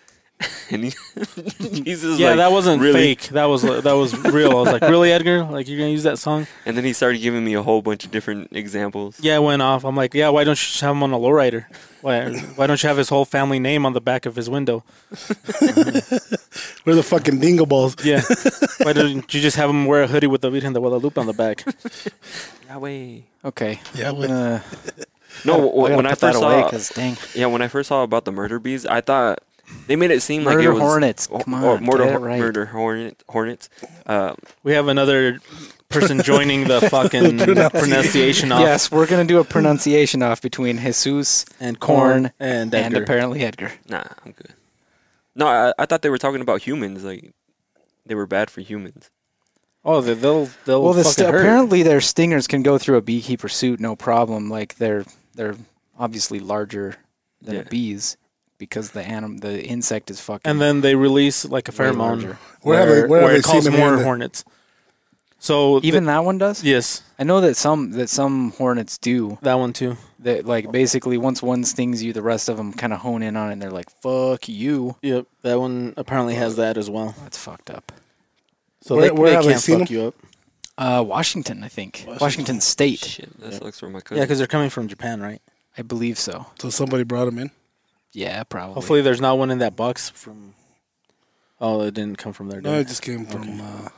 Speaker 5: and he, he's just
Speaker 3: yeah.
Speaker 5: like,
Speaker 3: that wasn't
Speaker 5: really?
Speaker 3: fake. That was that was real. I was like, really, Edgar? Like you're gonna use that song?
Speaker 5: and then he started giving me a whole bunch of different examples.
Speaker 3: Yeah, it went off. I'm like, yeah. Why don't you just have him on a lowrider? Why why don't you have his whole family name on the back of his window?
Speaker 2: Where the fucking dingo balls?
Speaker 3: Yeah. why don't you just have him wear a hoodie with the Virgen de Guadalupe on the back?
Speaker 5: Yahweh.
Speaker 1: Okay. Uh,
Speaker 2: Yeah,
Speaker 1: I'm
Speaker 2: wait.
Speaker 1: gonna,
Speaker 5: No, wh-
Speaker 1: I gotta
Speaker 5: when I
Speaker 1: put
Speaker 5: first
Speaker 1: that away
Speaker 5: saw,
Speaker 1: because dang,
Speaker 5: yeah, when I first saw about the murder bees, I thought they made it seem like it
Speaker 1: murder
Speaker 5: was
Speaker 1: hornets.
Speaker 5: or-
Speaker 1: Come on,
Speaker 5: or murder,
Speaker 1: get it
Speaker 5: hor-
Speaker 1: right.
Speaker 5: murder hornet, hornets. Uh,
Speaker 3: We have another person joining the fucking pronunciation off
Speaker 1: Yes, we're gonna do a pronunciation off between Jesus
Speaker 3: and
Speaker 1: Corn
Speaker 3: corn and
Speaker 1: and
Speaker 3: Edgar.
Speaker 1: apparently Edgar.
Speaker 5: Nah, I'm good. No, I, I thought they were talking about humans, like they were bad for humans.
Speaker 3: Oh, they- they'll they'll
Speaker 1: Well, the
Speaker 3: fucking
Speaker 1: st-
Speaker 3: hurt.
Speaker 1: apparently their stingers can go through a beekeeper suit no problem. Like they're they're obviously larger than
Speaker 5: Yeah.
Speaker 1: the bees because the anim- the insect is fucking.
Speaker 3: and then they release like a
Speaker 1: way
Speaker 3: pheromone
Speaker 1: larger.
Speaker 2: Where have they- where have
Speaker 3: it
Speaker 2: they
Speaker 3: calls
Speaker 2: seen them
Speaker 3: more
Speaker 2: in the-
Speaker 3: hornets. So
Speaker 1: Even that one does.
Speaker 3: the- yes,
Speaker 1: I know that some that some hornets do.
Speaker 3: that one too.
Speaker 1: That like basically once one stings you, the rest of them kind of hone in on it. and They're like, "Fuck you."
Speaker 3: Yep, that one apparently has that as well.
Speaker 1: That's fucked up.
Speaker 3: So
Speaker 2: Where-
Speaker 3: they,
Speaker 2: where
Speaker 3: they
Speaker 2: have
Speaker 3: can't
Speaker 2: they seen
Speaker 3: fuck
Speaker 2: them?
Speaker 3: you up.
Speaker 1: Uh, Washington, I think. Washington, State,
Speaker 5: Shit, that sucks for my
Speaker 3: Yeah,
Speaker 5: cousin.
Speaker 3: because they're coming from Japan, right?
Speaker 1: I believe so.
Speaker 2: So somebody brought him in.
Speaker 1: Yeah, probably.
Speaker 3: Hopefully, there's not one in that box from. Oh, it didn't come from there.
Speaker 2: No,
Speaker 3: Did
Speaker 2: it
Speaker 3: it?
Speaker 2: just came from. Uh,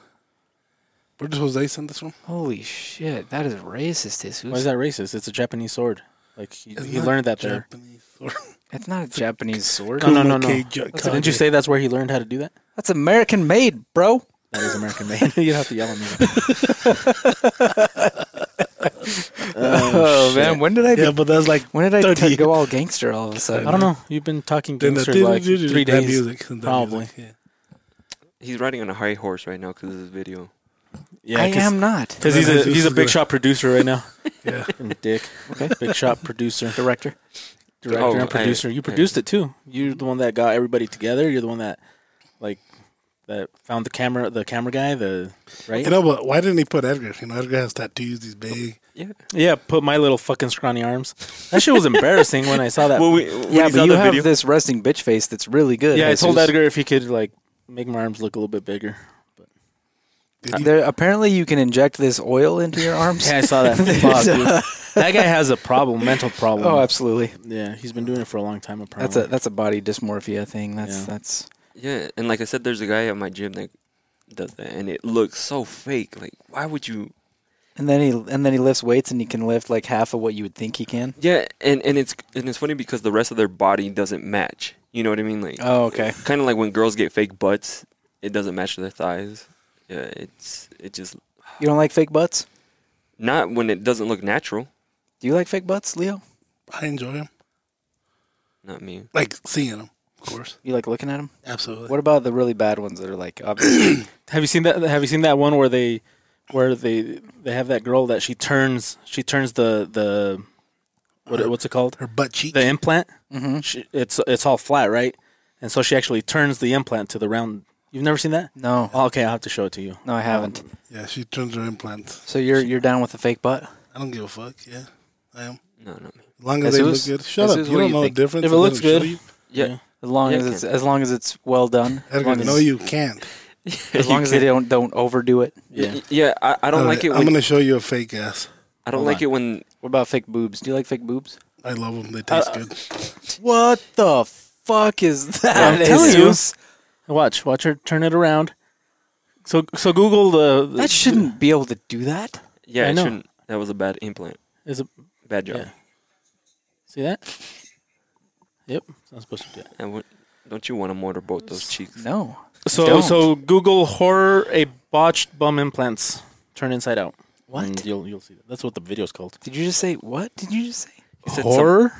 Speaker 2: where did Jose send this from?
Speaker 1: Holy shit, that is racist. Jesus.
Speaker 3: Why is that racist? It's a Japanese sword. Like he,
Speaker 2: It's
Speaker 3: he
Speaker 2: not
Speaker 3: learned that there.
Speaker 2: Japanese or
Speaker 1: It's not a Japanese sword.
Speaker 3: No, no, no, no.
Speaker 2: Kumite Ja-
Speaker 3: So didn't you say that's where he learned how to do that?
Speaker 1: That's American made, bro.
Speaker 3: That is American made. you don't have to yell at me.
Speaker 1: Oh, man, when did I?
Speaker 2: Yeah, but that's like
Speaker 1: when did I
Speaker 2: 30.
Speaker 1: t- go all gangster all of a sudden?
Speaker 3: I don't know. You've been talking
Speaker 2: then the
Speaker 3: gangster like three
Speaker 2: that
Speaker 3: days.
Speaker 2: music, that
Speaker 3: probably.
Speaker 2: music, yeah.
Speaker 5: He's riding on a high horse right now because of this video.
Speaker 3: Yeah,
Speaker 1: I
Speaker 3: 'cause-
Speaker 1: am not
Speaker 3: Because he's a
Speaker 2: This
Speaker 3: he's a
Speaker 2: is
Speaker 3: big
Speaker 2: a-
Speaker 3: shot producer right now.
Speaker 2: Yeah.
Speaker 3: And Dick.
Speaker 1: Okay.
Speaker 3: Big shot producer,
Speaker 1: director.
Speaker 3: director,
Speaker 5: Oh,
Speaker 3: and producer.
Speaker 5: I-
Speaker 3: you produced it too. You're the one that got everybody together. You're the one that like that found the camera, the camera guy, the right.
Speaker 2: You know, but why didn't he put Edgar? You know, Edgar has tattoos. He's big.
Speaker 5: Yeah.
Speaker 3: yeah, put my little fucking scrawny arms. That shit was embarrassing when I saw that.
Speaker 5: Well, we, when
Speaker 1: yeah,
Speaker 5: he saw
Speaker 1: but you
Speaker 5: the
Speaker 1: have
Speaker 5: video,
Speaker 1: this resting bitch face that's really good.
Speaker 3: yeah, I told
Speaker 1: Jesus.
Speaker 3: Edgar if he could like make my arms look a little bit bigger.
Speaker 1: There, apparently, you can inject this oil into your arms.
Speaker 3: Yeah, I saw that. Fuck, dude. That guy has a problem, mental problem.
Speaker 1: Oh, absolutely.
Speaker 3: yeah, he's been doing it for a long time. Apparently.
Speaker 1: That's a that's a body dysmorphia thing. That's
Speaker 3: Yeah.
Speaker 1: that's
Speaker 5: yeah, and like I said, there's a guy at my gym that does that, and it looks so fake. Like, why would you?
Speaker 1: and then he and then he lifts weights and he can lift like half of what you would think he can.
Speaker 5: Yeah, and and it's and it's funny because the rest of their body doesn't match. You know what I mean? Like,
Speaker 1: Oh, okay.
Speaker 5: kind of like when girls get fake butts, it doesn't match their thighs. Yeah, it's it just
Speaker 1: You don't like fake butts?
Speaker 5: not when it doesn't look natural.
Speaker 1: Do you like fake butts, Leo?
Speaker 2: I enjoy him.
Speaker 5: Not me.
Speaker 2: Like seeing him, of course.
Speaker 1: You like looking at them?
Speaker 2: Absolutely.
Speaker 1: What about the really bad ones that are like obviously?
Speaker 3: Have you seen that? Have you seen that one where they, where they they have that girl that she turns she turns the the, what what's it called?
Speaker 2: Her butt cheek.
Speaker 3: The implant. Mm-hmm. She, it's it's all flat, right? And so she actually turns the implant to the round. You've never seen that?
Speaker 1: no,
Speaker 3: Oh, okay, I'll have to show it to you.
Speaker 1: no, I haven't.
Speaker 2: Yeah, she turns her implants.
Speaker 1: So you're you're down with the fake butt?
Speaker 2: I don't give a fuck. Yeah, I am.
Speaker 5: No, not me.
Speaker 2: As long as
Speaker 1: Jesus?
Speaker 2: they look good.
Speaker 1: Jesus,
Speaker 2: Shut
Speaker 1: what
Speaker 2: up. You
Speaker 1: do
Speaker 2: don't
Speaker 1: you
Speaker 2: know
Speaker 1: think?
Speaker 2: the difference.
Speaker 1: If it
Speaker 2: and they
Speaker 1: looks
Speaker 2: don't show
Speaker 1: good,
Speaker 2: you.
Speaker 5: Yeah.
Speaker 1: As long
Speaker 5: Yeah,
Speaker 1: as
Speaker 5: it
Speaker 1: it's as long as it's well done. As
Speaker 2: Edgar,
Speaker 1: long as,
Speaker 2: no, you can't.
Speaker 1: as long as they don't don't overdo it.
Speaker 5: Yeah, yeah. I, I don't
Speaker 2: All
Speaker 5: like
Speaker 2: right,
Speaker 5: it.
Speaker 2: I'm
Speaker 5: When,
Speaker 2: going to show you a fake ass.
Speaker 5: I don't
Speaker 3: hold
Speaker 5: like
Speaker 3: on.
Speaker 5: it when
Speaker 1: What about fake boobs? Do you like fake boobs?
Speaker 2: I love them. They taste
Speaker 3: Uh,
Speaker 2: good.
Speaker 1: What the fuck is
Speaker 3: I'm
Speaker 1: that?
Speaker 3: telling you.
Speaker 1: Jesus?
Speaker 3: Watch, watch her turn it around. So, so Google the. the
Speaker 1: that shouldn't be able to do that.
Speaker 5: yeah.
Speaker 3: I
Speaker 5: I
Speaker 3: know.
Speaker 5: shouldn't. That was a bad implant.
Speaker 3: Is it,
Speaker 5: Bad job.
Speaker 3: Yeah. see that? Yep, it's not supposed to do that.
Speaker 5: I would, don't you want to mortar both those cheeks?
Speaker 1: No.
Speaker 3: So,
Speaker 1: Don't.
Speaker 3: so Google horror a botched bum implants turn inside out.
Speaker 1: What?
Speaker 3: And you'll you'll see that. That's what the video's called.
Speaker 1: Did you just say what? Did you just say
Speaker 5: Is it some-
Speaker 1: horror?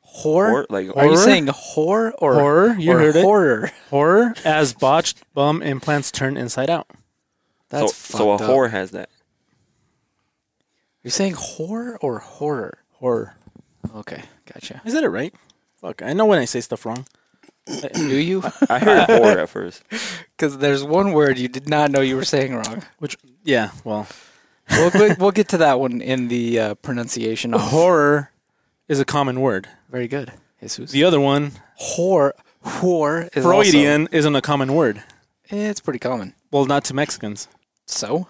Speaker 1: Horror?
Speaker 5: Or like
Speaker 1: Are you
Speaker 3: Horror?
Speaker 1: saying horror or
Speaker 3: Horror? You
Speaker 1: or
Speaker 3: heard it.
Speaker 1: horror?
Speaker 3: Horror as botched bum implants turn inside out.
Speaker 5: so,
Speaker 1: That's
Speaker 5: so a
Speaker 1: fucked up.
Speaker 5: whore has that.
Speaker 1: You're saying horror or horror?
Speaker 3: Horror.
Speaker 1: Okay, gotcha.
Speaker 3: Is that it right? Fuck, I know when I say stuff wrong.
Speaker 1: Uh, Do you?
Speaker 5: I heard whore at first.
Speaker 1: Because there's one word you did not know you were saying wrong.
Speaker 3: Which yeah, well,
Speaker 1: We'll, we'll- we'll get to that one in the uh, pronunciation. Of.
Speaker 3: horror is a common word.
Speaker 1: Very good. Jesus.
Speaker 3: The other one,
Speaker 1: Horror. Whore is Also,
Speaker 3: Freudian, isn't a common word.
Speaker 1: Eh, it's pretty common.
Speaker 3: Well, not to Mexicans.
Speaker 1: So?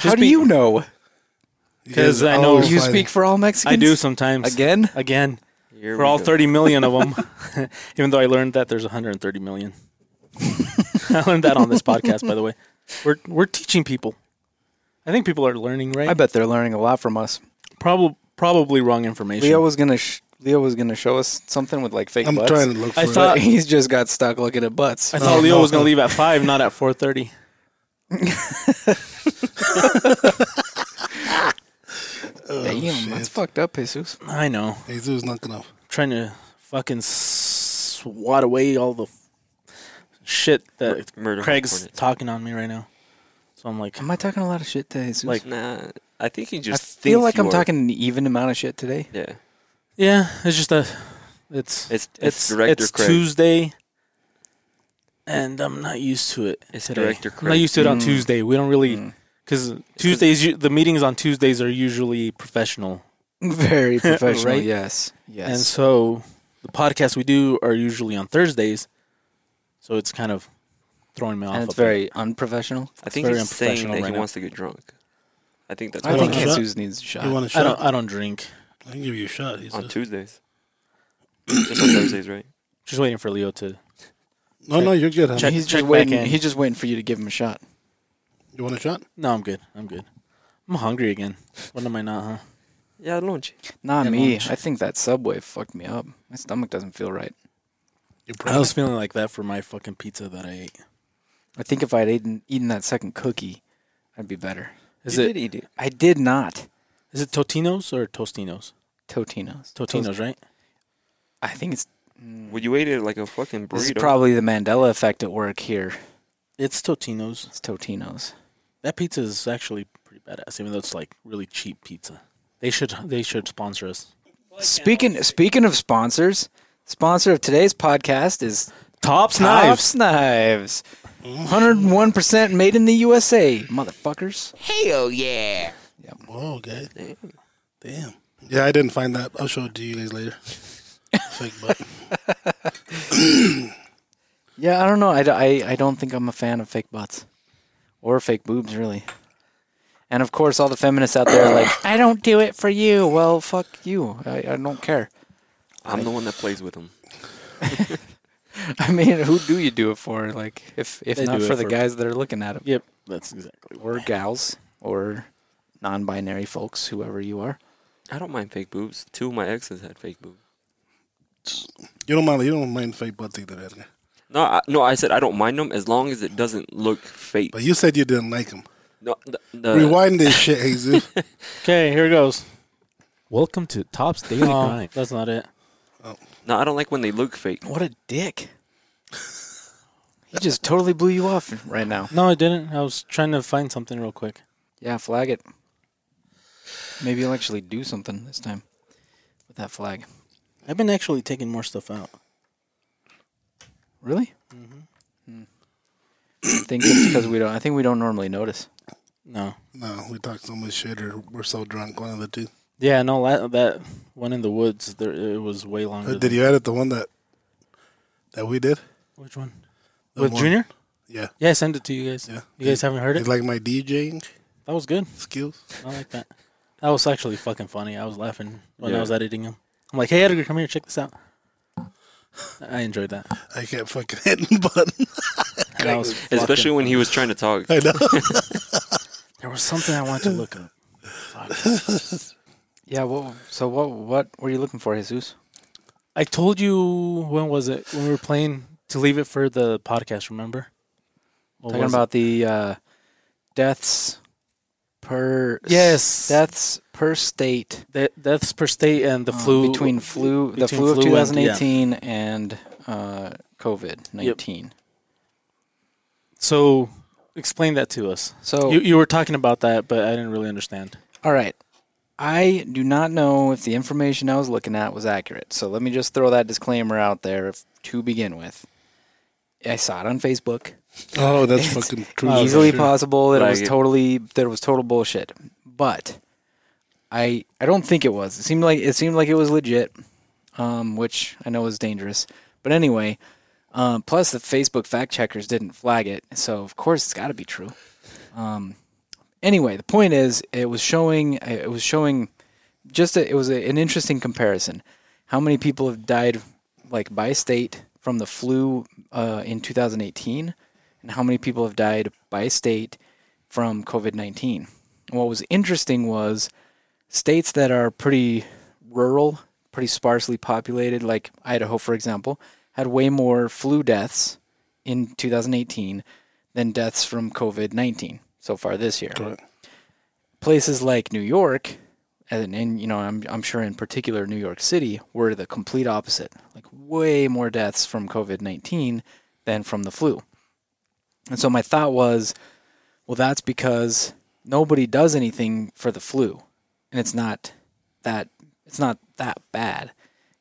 Speaker 1: How do you know?
Speaker 3: Because I
Speaker 2: guys
Speaker 3: know
Speaker 2: always
Speaker 1: You
Speaker 2: fighting.
Speaker 1: speak for all Mexicans?
Speaker 3: I do sometimes.
Speaker 1: Again?
Speaker 3: Again.
Speaker 5: Here
Speaker 3: For
Speaker 5: we
Speaker 3: all
Speaker 5: go.
Speaker 3: 30 million of them. Even though I learned that there's 130 million. I learned that on this podcast, by the way. We're, we're teaching people. I think people are learning, right?
Speaker 1: I bet they're learning a lot from us.
Speaker 3: Probably probably wrong information.
Speaker 1: Leo was gonna sh- Leo was gonna show us something with like fake
Speaker 2: I'm
Speaker 1: butts.
Speaker 2: trying to look for
Speaker 3: I
Speaker 2: it.
Speaker 3: thought-
Speaker 1: but he's just got stuck looking at butts.
Speaker 3: I thought Leo
Speaker 2: no,
Speaker 3: was going
Speaker 2: no.
Speaker 3: to leave at 5, not at 4.30.
Speaker 2: Oh,
Speaker 1: Damn, that's fucked up, Jesus.
Speaker 3: I know.
Speaker 2: Jesus is not going to.
Speaker 3: trying to fucking swat away all the shit that
Speaker 5: Mur- murder
Speaker 3: Craig's
Speaker 5: hornets.
Speaker 3: talking on me right now. So I'm like,
Speaker 1: Am I talking a lot of shit to Jesus?
Speaker 3: Like,
Speaker 5: Nah, I think he
Speaker 1: I
Speaker 5: just.
Speaker 1: feel
Speaker 5: thinks
Speaker 1: like
Speaker 5: you
Speaker 1: I'm
Speaker 5: are-
Speaker 1: talking an even amount of shit today.
Speaker 5: Yeah,
Speaker 3: yeah, it's just a, it's
Speaker 5: it's
Speaker 3: it's
Speaker 5: it's, director
Speaker 3: it's
Speaker 5: Craig.
Speaker 3: Tuesday, and I'm not used to it.
Speaker 5: It's
Speaker 3: today.
Speaker 5: Director
Speaker 3: I'm not
Speaker 5: Craig.
Speaker 3: used to it on
Speaker 1: Mm.
Speaker 3: Tuesday. We don't really
Speaker 1: Mm.
Speaker 3: because Tuesdays u- the meetings on Tuesdays are usually professional,
Speaker 1: Very professional.
Speaker 3: Right?
Speaker 1: Yes. Yes.
Speaker 3: and so the podcasts we do are usually on Thursdays. So it's kind of throwing me off.
Speaker 1: And it's
Speaker 3: a bit.
Speaker 1: very unprofessional.
Speaker 5: I think
Speaker 3: very
Speaker 5: he's saying
Speaker 3: unprofessional
Speaker 5: that
Speaker 3: right
Speaker 5: he
Speaker 3: now.
Speaker 5: wants to get drunk. I think that's
Speaker 1: I
Speaker 5: what
Speaker 1: think
Speaker 2: a
Speaker 5: he's
Speaker 2: shot?
Speaker 1: Jesus needs a shot.
Speaker 2: You want a
Speaker 3: I
Speaker 2: shot?
Speaker 3: don't I don't drink.
Speaker 2: I can give you a shot. He
Speaker 5: on
Speaker 2: says.
Speaker 5: Tuesdays. just on Thursdays, right?
Speaker 3: Just waiting for Leo to
Speaker 2: No, no, you're good.
Speaker 3: Check-
Speaker 2: Honey.
Speaker 1: he's
Speaker 3: check
Speaker 1: just
Speaker 3: back
Speaker 1: waiting.
Speaker 3: in.
Speaker 1: He's just waiting for you to give him a shot.
Speaker 2: You want a shot?
Speaker 3: No, I'm good. I'm good. I'm hungry again. When am I not, huh?
Speaker 5: Yeah, lunch.
Speaker 1: Not
Speaker 3: Yeah,
Speaker 1: me.
Speaker 3: lunch.
Speaker 1: I think that Subway fucked me up. My stomach doesn't feel right.
Speaker 2: You're
Speaker 3: I was feeling like that for my fucking pizza that I ate.
Speaker 1: I think if I'd eaten, eaten that second cookie, I'd be better.
Speaker 3: Is
Speaker 5: you
Speaker 3: it
Speaker 5: did eat it?
Speaker 1: I did not.
Speaker 3: is it Totinos or Tostinos?
Speaker 1: Totino's.
Speaker 3: Totinos, right?
Speaker 1: I think it's.
Speaker 5: Well, you ate it like a fucking
Speaker 1: This is
Speaker 5: burrito.
Speaker 1: probably the Mandela effect at work here.
Speaker 3: It's Totinos.
Speaker 1: It's Totino's.
Speaker 3: That pizza is actually pretty badass, even though it's like really cheap pizza. They should they should sponsor us.
Speaker 1: Speaking speaking of sponsors, sponsor of today's podcast is
Speaker 3: Tops
Speaker 1: Tops Knives. 101% made in the USA, motherfuckers.
Speaker 2: Whoa, okay. Damn. Damn. Yeah, I didn't find that. I'll show it to you guys later. Fake butt.
Speaker 1: Yeah, I don't know. I, d- I- I don't think I'm a fan of fake butts or fake boobs, really. And of course, all the feminists out there are like, I don't do it for you. Well, fuck you. I, I don't care.
Speaker 5: I'm the one that plays with him.
Speaker 1: I mean, who do you do it for? Like, if, if
Speaker 3: They
Speaker 1: not
Speaker 3: do
Speaker 1: for
Speaker 3: it
Speaker 1: the
Speaker 3: for-
Speaker 1: guys that are looking at it,
Speaker 3: Yep, that's exactly
Speaker 1: or gals, or non binary folks, whoever you are.
Speaker 5: I don't mind fake boobs. Two of my exes had fake boobs.
Speaker 2: You don't mind. You don't mind fake butts either, Edgar.
Speaker 5: No, I, no, I said I don't mind them as long as it doesn't look fake.
Speaker 2: But you said you didn't like them.
Speaker 5: no, the,
Speaker 3: Uh,
Speaker 5: the-
Speaker 2: Rewind this shit, Jesus.
Speaker 3: Okay, here goes.
Speaker 6: Welcome to Top's Daily
Speaker 3: No,
Speaker 6: Grind.
Speaker 3: that's not it.
Speaker 5: no, I don't like when they look fake.
Speaker 1: What a dick. he just totally blew you off right now.
Speaker 3: No, I didn't. I was trying to find something real quick.
Speaker 1: Yeah, flag it. Maybe you'll actually do something this time with that flag.
Speaker 3: I've been actually taking more stuff out.
Speaker 1: Really? Mm-hmm. I think it's because we don't. I think we don't normally notice.
Speaker 3: No.
Speaker 2: no, we talk so much shit, or we're so drunk. One of the two.
Speaker 3: Yeah, no, that, that one in the woods, there it was way longer.
Speaker 2: Uh,
Speaker 3: than-
Speaker 2: Did you edit the one that that we did?
Speaker 3: Which one?
Speaker 2: The
Speaker 3: With
Speaker 2: one-
Speaker 3: Junior?
Speaker 2: Yeah.
Speaker 3: Yeah, I sent it to you guys.
Speaker 2: Yeah.
Speaker 3: You guys haven't heard
Speaker 2: You
Speaker 3: it?
Speaker 2: like my DJing
Speaker 3: That was good.
Speaker 2: skills?
Speaker 3: I like that. That was actually fucking funny. I was laughing when I
Speaker 5: Yeah.
Speaker 3: was editing him. I'm like, hey, Edgar, come here, check this out. I enjoyed that.
Speaker 2: I can't fucking hit the button.
Speaker 3: That was fucking-
Speaker 5: Especially when he was trying to talk.
Speaker 2: I know.
Speaker 3: there was something I wanted to look up.
Speaker 1: Yeah. Well, so what? What were you looking for, Jesus?
Speaker 3: I told you when was it when we were playing to leave it for the podcast. Remember? What
Speaker 1: Talking
Speaker 3: was it?
Speaker 1: about the uh, deaths per
Speaker 3: Yes.
Speaker 1: deaths per state
Speaker 3: De- deaths per state and the
Speaker 1: uh,
Speaker 3: flu
Speaker 1: between flu the
Speaker 3: between
Speaker 1: flu of
Speaker 3: flu and-
Speaker 1: 2018 and uh, COVID 19.
Speaker 3: So explain that to us.
Speaker 1: So
Speaker 3: You you were talking about that, but I didn't really understand.
Speaker 1: All right. I do not know if the information I was looking at was accurate. So let me just throw that disclaimer out there if, to begin with. I saw it on Facebook.
Speaker 2: Oh, that's
Speaker 1: It's
Speaker 2: fucking true.
Speaker 1: Easily
Speaker 2: Sure.
Speaker 1: possible that it was
Speaker 5: Like it.
Speaker 1: totally that it was total bullshit. But I I don't think it was. It seemed like it seemed like it was legit, um, which I know is dangerous. But anyway, um, plus the Facebook fact checkers didn't flag it, so of course it's got to be true. Um, anyway, the point is, it was showing it was showing just a, it was a, an interesting comparison. How many people have died like by state from the flu uh, in 2018, and how many people have died by state from COVID 19? And what was interesting was states that are pretty rural, pretty sparsely populated, like Idaho, for example, had way more flu deaths in 2018 than deaths from COVID 19 so far this year.
Speaker 2: Correct.
Speaker 1: Places like New York, and, and you know, I'm, I'm sure in particular New York City, were the complete opposite like, way more deaths from COVID 19 than from the flu. And so my thought was, well, that's because nobody does anything for the flu, and it's not that it's not that bad.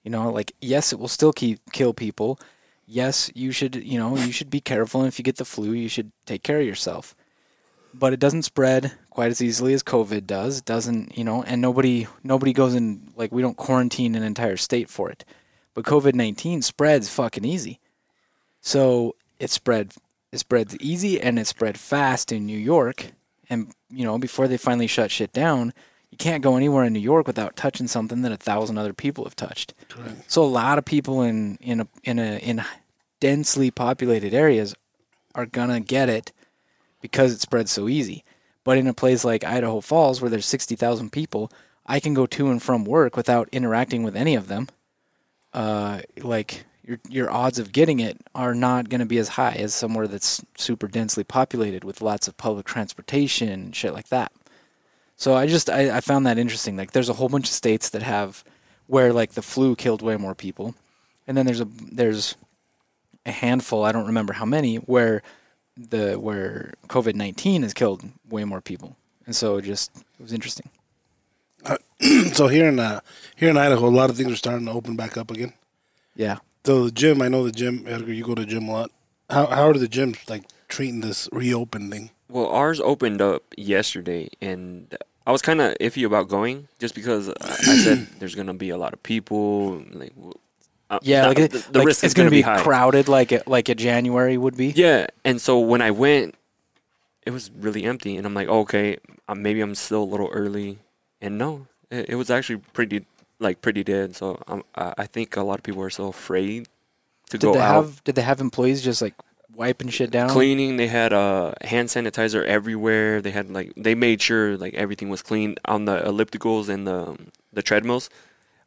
Speaker 1: You know, like yes, it will still keep kill people. Yes, you should you know you should be careful, and if you get the flu, you should take care of yourself. But it doesn't spread quite as easily as COVID does. It doesn't you know, and nobody nobody goes in like we don't quarantine an entire state for it. But COVID nineteen spreads fucking easy. So it spread it spreads easy and it spread fast in New York. And you know, before they finally shut shit down, you can't go anywhere in New York without touching something that a thousand other people have touched. So a lot of people in in a, in a, in densely populated areas are gonna get it because it spreads so easy. But in a place like Idaho Falls, where there's sixty thousand people, I can go to and from work without interacting with any of them uh, like your your odds of getting it are not going to be as high as somewhere that's super densely populated with lots of public transportation and shit like that. So I just I, I found that interesting. Like there's a whole bunch of states that have where like the flu killed way more people, and then there's a there's a handful I don't remember how many where the where COVID nineteen has killed way more people, and so it just it was interesting.
Speaker 2: So here in uh, here in Idaho, a lot of things are starting to open back up again.
Speaker 1: Yeah.
Speaker 2: So the gym, I know the gym, Edgar. You go to the gym a lot. How how are the gyms like treating this reopen thing?
Speaker 5: Well, ours opened up yesterday, and I was kind of iffy about going just because I I said there's gonna be a lot of people. and, Like, w- uh,
Speaker 1: Yeah,
Speaker 5: not-
Speaker 1: like, it-
Speaker 5: the, the
Speaker 1: like,
Speaker 5: risk
Speaker 1: it's
Speaker 5: is gonna, be, high.
Speaker 1: crowded like a, like a January would be.
Speaker 5: Yeah, and so when I went, it was really empty, and I'm like, okay, uh, maybe I'm still a little early, and no, it, it was actually pretty like pretty dead. So I'm, I I think a lot of people are so afraid to
Speaker 1: Did
Speaker 5: go
Speaker 1: they
Speaker 5: out.
Speaker 1: have did they have employees just like wiping shit down?
Speaker 5: cleaning they had uh hand sanitizer everywhere they had like they made sure like everything was clean on the ellipticals and the um, the treadmills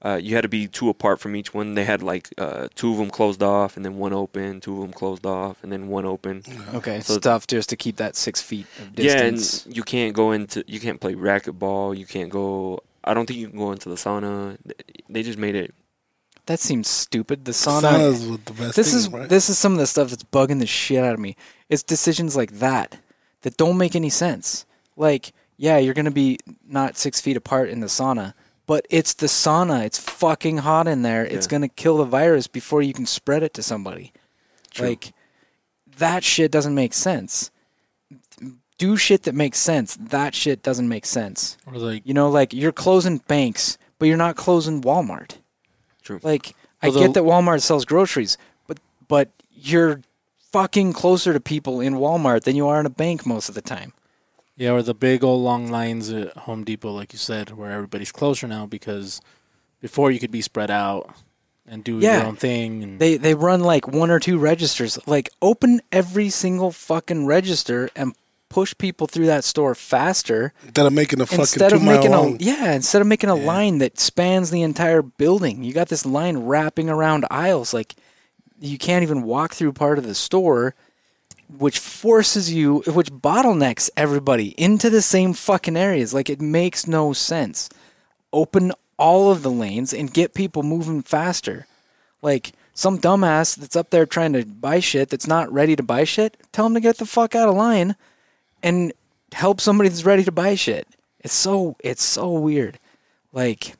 Speaker 5: uh, you had to be two apart from each one they had like uh, two of them closed off and then one open two of them closed off and then one open
Speaker 1: Okay,
Speaker 5: So-
Speaker 1: stuff just to keep that six feet of
Speaker 5: yeah
Speaker 1: distance.
Speaker 5: and you can't go into you can't play racquetball you can't go i don't think you can go into the sauna Th- they just made it
Speaker 1: that seems stupid. The sauna.
Speaker 2: Saunas with the best.
Speaker 1: this
Speaker 2: things,
Speaker 1: is
Speaker 2: right?
Speaker 1: this is some of the stuff that's bugging the shit out of me. It's decisions like that that don't make any sense. Like, yeah, you're gonna be not six feet apart in the sauna, but it's the sauna. It's fucking hot in there. It's
Speaker 5: Yeah.
Speaker 1: gonna kill the virus before you can spread it to somebody. Like, that shit doesn't make sense. do shit that makes sense. That shit doesn't make sense.
Speaker 3: Or like
Speaker 1: You know, like you're closing banks, but you're not closing Walmart.
Speaker 5: True.
Speaker 1: Like I
Speaker 3: Although-
Speaker 1: get that Walmart sells groceries, but but you're fucking closer to people in Walmart than you are in a bank most of the time.
Speaker 3: Yeah, or the big old long lines at Home Depot, like you said, where everybody's closer now because before you could be spread out and do
Speaker 1: Yeah.
Speaker 3: your own thing. And
Speaker 1: They they run like one or two registers. Like open every single fucking register and push people through that store faster
Speaker 2: Instead of making a fucking
Speaker 1: instead
Speaker 2: two
Speaker 1: of
Speaker 2: mile
Speaker 1: making a E
Speaker 2: long.
Speaker 1: yeah instead of making a line that spans the entire building. You got this line wrapping around aisles like you can't even walk through part of the store which forces you which bottlenecks everybody into the same fucking areas like it makes no sense open all of the lanes and get people moving faster like some dumbass that's up there trying to buy shit that's not ready to buy shit tell him to get the fuck out of line and help somebody that's ready to buy shit it's so it's so weird like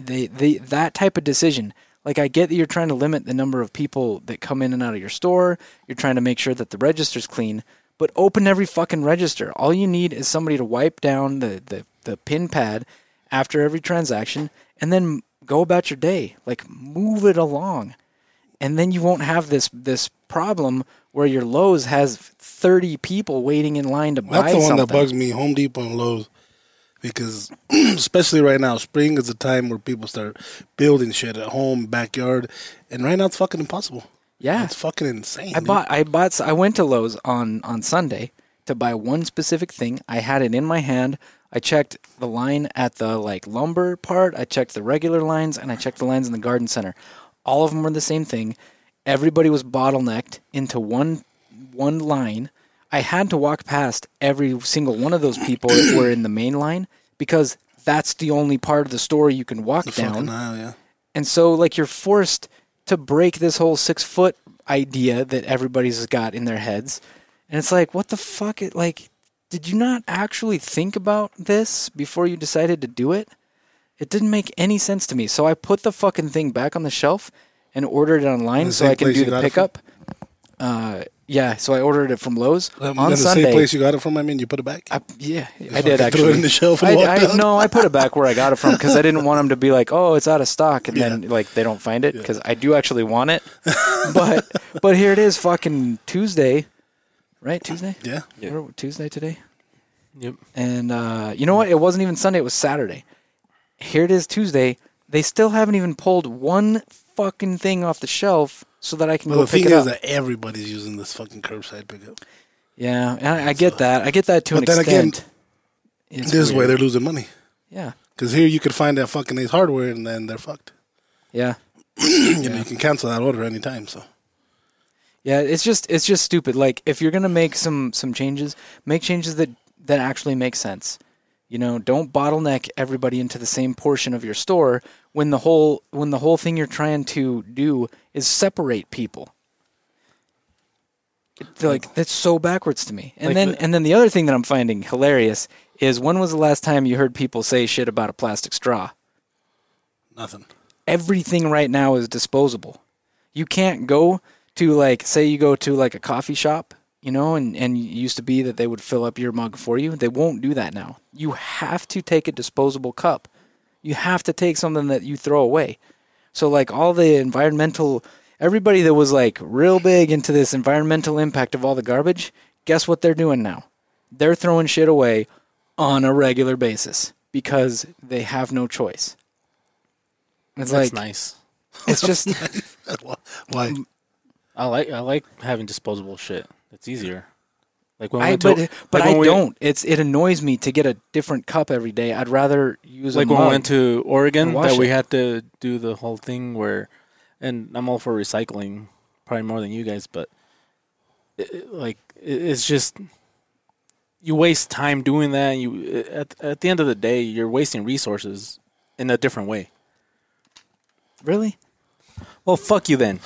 Speaker 1: they, they that type of decision like i get that you're trying to limit the number of people that come in and out of your store you're trying to make sure that the register's clean but open every fucking register all you need is somebody to wipe down the the, the pin pad after every transaction and then go about your day like move it along and then you won't have this this problem where your Lowe's has 30 people waiting in line to buy
Speaker 2: That's the one
Speaker 1: something.
Speaker 2: that bugs me, Home Depot and Lowe's. Because especially right now, spring is the time where people start building shit at home, backyard, and right now it's fucking impossible.
Speaker 1: Yeah.
Speaker 2: It's fucking insane.
Speaker 1: I
Speaker 2: dude.
Speaker 1: bought I bought s- I went to Lowe's on on Sunday to buy one specific thing. I had it in my hand. I checked the line at the like lumber part, I checked the regular lines and I checked the lines in the garden center. All of them were the same thing. Everybody was bottlenecked into one one line. I had to walk past every single one of those people that were in the main line because that's the only part of the store you can walk down.
Speaker 2: Fucking hell, yeah.
Speaker 1: And so, like, you're forced to break this whole six foot idea that everybody's got in their heads. And it's like, what the fuck? It, like, did you not actually think about this before you decided to do it? It didn't make any sense to me. So I put the fucking thing back on the shelf and ordered it online
Speaker 2: The
Speaker 1: so
Speaker 2: same
Speaker 1: I can
Speaker 2: place
Speaker 1: do
Speaker 2: you
Speaker 1: the
Speaker 2: got it
Speaker 1: pickup. Uh, yeah, so I ordered it from Lowe's
Speaker 2: Um,
Speaker 1: on
Speaker 2: then the
Speaker 1: Sunday.
Speaker 2: same place you got it from. I mean, you put it back.
Speaker 1: I, yeah, I
Speaker 2: fucking
Speaker 1: did
Speaker 2: threw
Speaker 1: actually.
Speaker 2: it in the shelf and
Speaker 1: I,
Speaker 2: walked
Speaker 1: I-
Speaker 2: out.
Speaker 1: no, I put it back where I got it from because I didn't want them to be like, "Oh, it's out of stock," and then like they don't find it because I do actually want it. but but here it is, fucking Tuesday, right? Tuesday.
Speaker 2: yeah,
Speaker 5: Yeah.
Speaker 1: Where- Tuesday today.
Speaker 3: Yep.
Speaker 1: And uh, you know what? It wasn't even Sunday. It was Saturday. Here it is Tuesday. They still haven't even pulled one fucking thing off the shelf so that I can
Speaker 2: Well,
Speaker 1: go
Speaker 2: the
Speaker 1: pick
Speaker 2: thing
Speaker 1: it
Speaker 2: is
Speaker 1: up.
Speaker 2: that everybody's using this fucking curbside pickup.
Speaker 1: yeah, and I, I get that. I get that to
Speaker 2: But
Speaker 1: an
Speaker 2: then again,
Speaker 1: extent. It's
Speaker 2: this way
Speaker 1: weird.
Speaker 2: they're losing money
Speaker 1: Yeah.
Speaker 2: because here you could find that fucking Ace Hardware and then they're fucked.
Speaker 1: Yeah.
Speaker 2: you know, you can cancel that order anytime. So
Speaker 1: Yeah, it's just it's just stupid. Like if you're gonna make some some changes, make changes that that actually make sense. You know, don't bottleneck everybody into the same portion of your store when the whole when the whole thing you're trying to do is separate people. It's like that's so backwards to me. And
Speaker 3: Like
Speaker 1: then
Speaker 3: the-
Speaker 1: and then the other thing that I'm finding hilarious is when was the last time you heard people say shit about a plastic straw?
Speaker 2: nothing.
Speaker 1: everything right now is disposable. You can't go to like say you go to like a coffee shop, you know, and and it used to be that they would fill up your mug for you. They won't do that now. You have to take a disposable cup. You have to take something that you throw away. So like all the environmental everybody that was like real big into this environmental impact of all the garbage, guess what they're doing now? They're throwing shit away on a regular basis because they have no choice. It's like
Speaker 3: That's nice.
Speaker 1: it's just
Speaker 2: Why?
Speaker 3: I like I like having disposable shit. It's easier. Like when we
Speaker 1: I
Speaker 3: went to,
Speaker 1: but, but
Speaker 3: like
Speaker 1: I
Speaker 3: when we-
Speaker 1: don't. It's it annoys me to get a different cup every day. I'd rather use
Speaker 3: like
Speaker 1: a
Speaker 3: when we
Speaker 1: mug.
Speaker 3: went to Oregon
Speaker 1: and wash
Speaker 3: that we
Speaker 1: it.
Speaker 3: had to do the whole thing where, and I'm all for recycling, probably more than you guys, but it, it- like it, it's just you waste time doing that. You at at the end of the day, you're wasting resources in a different way.
Speaker 1: really
Speaker 3: Well, fuck you then.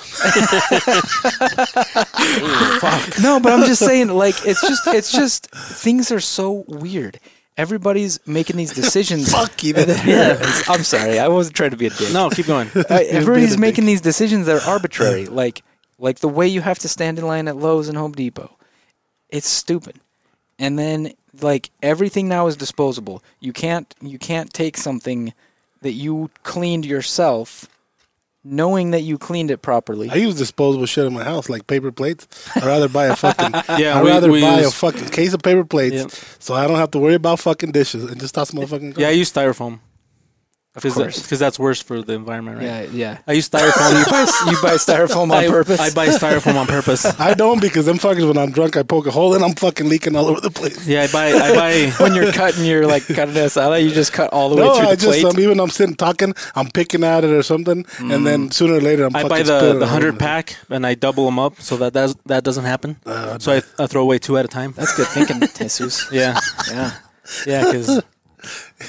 Speaker 1: no, but I'm just saying like it's just it's just things are so weird. Everybody's making these decisions.
Speaker 2: Fuck you.
Speaker 1: that are- I'm sorry. I wasn't trying to be a dick.
Speaker 3: No, keep going.
Speaker 1: Uh, everybody's
Speaker 2: dick.
Speaker 1: making these decisions that are arbitrary, like like the way you have to stand in line at Lowe's and Home Depot. It's stupid, and then like everything now is disposable. You can't you can't take something that you cleaned yourself, knowing that you cleaned it properly.
Speaker 2: I use disposable shit in my house, like paper plates. I'd rather buy a fucking.
Speaker 3: Yeah,
Speaker 2: I'd
Speaker 3: we-
Speaker 2: rather
Speaker 3: we
Speaker 2: buy a
Speaker 3: use-
Speaker 2: fucking case of paper plates,
Speaker 3: Yep.
Speaker 2: so I don't have to worry about fucking dishes and just toss motherfucking.
Speaker 3: Yeah, I use styrofoam. Of
Speaker 1: course.
Speaker 3: because that's worse for the environment, right?
Speaker 1: yeah, yeah.
Speaker 3: I use styrofoam.
Speaker 1: you, buy, you buy styrofoam on
Speaker 3: I,
Speaker 1: purpose.
Speaker 3: I buy styrofoam on purpose.
Speaker 2: I don't because them fuckers when I'm drunk I poke a hole and I'm fucking leaking all over the place.
Speaker 3: Yeah, I buy. I buy.
Speaker 1: when you're cutting your like cutting a salad, you just cut all the
Speaker 2: No,
Speaker 1: way through
Speaker 2: I
Speaker 1: the
Speaker 2: just
Speaker 1: plate.
Speaker 2: um, even I'm sitting talking, I'm picking at it or something, and then sooner or later I'm
Speaker 3: Mm. I
Speaker 2: fucking
Speaker 3: buy
Speaker 2: spilling
Speaker 3: the,
Speaker 2: it
Speaker 3: the
Speaker 2: all over
Speaker 3: hundred
Speaker 2: place.
Speaker 3: pack and I double them up so that that's, that doesn't happen.
Speaker 2: Uh,
Speaker 3: so I, I throw away two at a time.
Speaker 1: That's good thinking, Jesus.
Speaker 3: Yeah,
Speaker 1: Yeah.
Speaker 3: yeah, because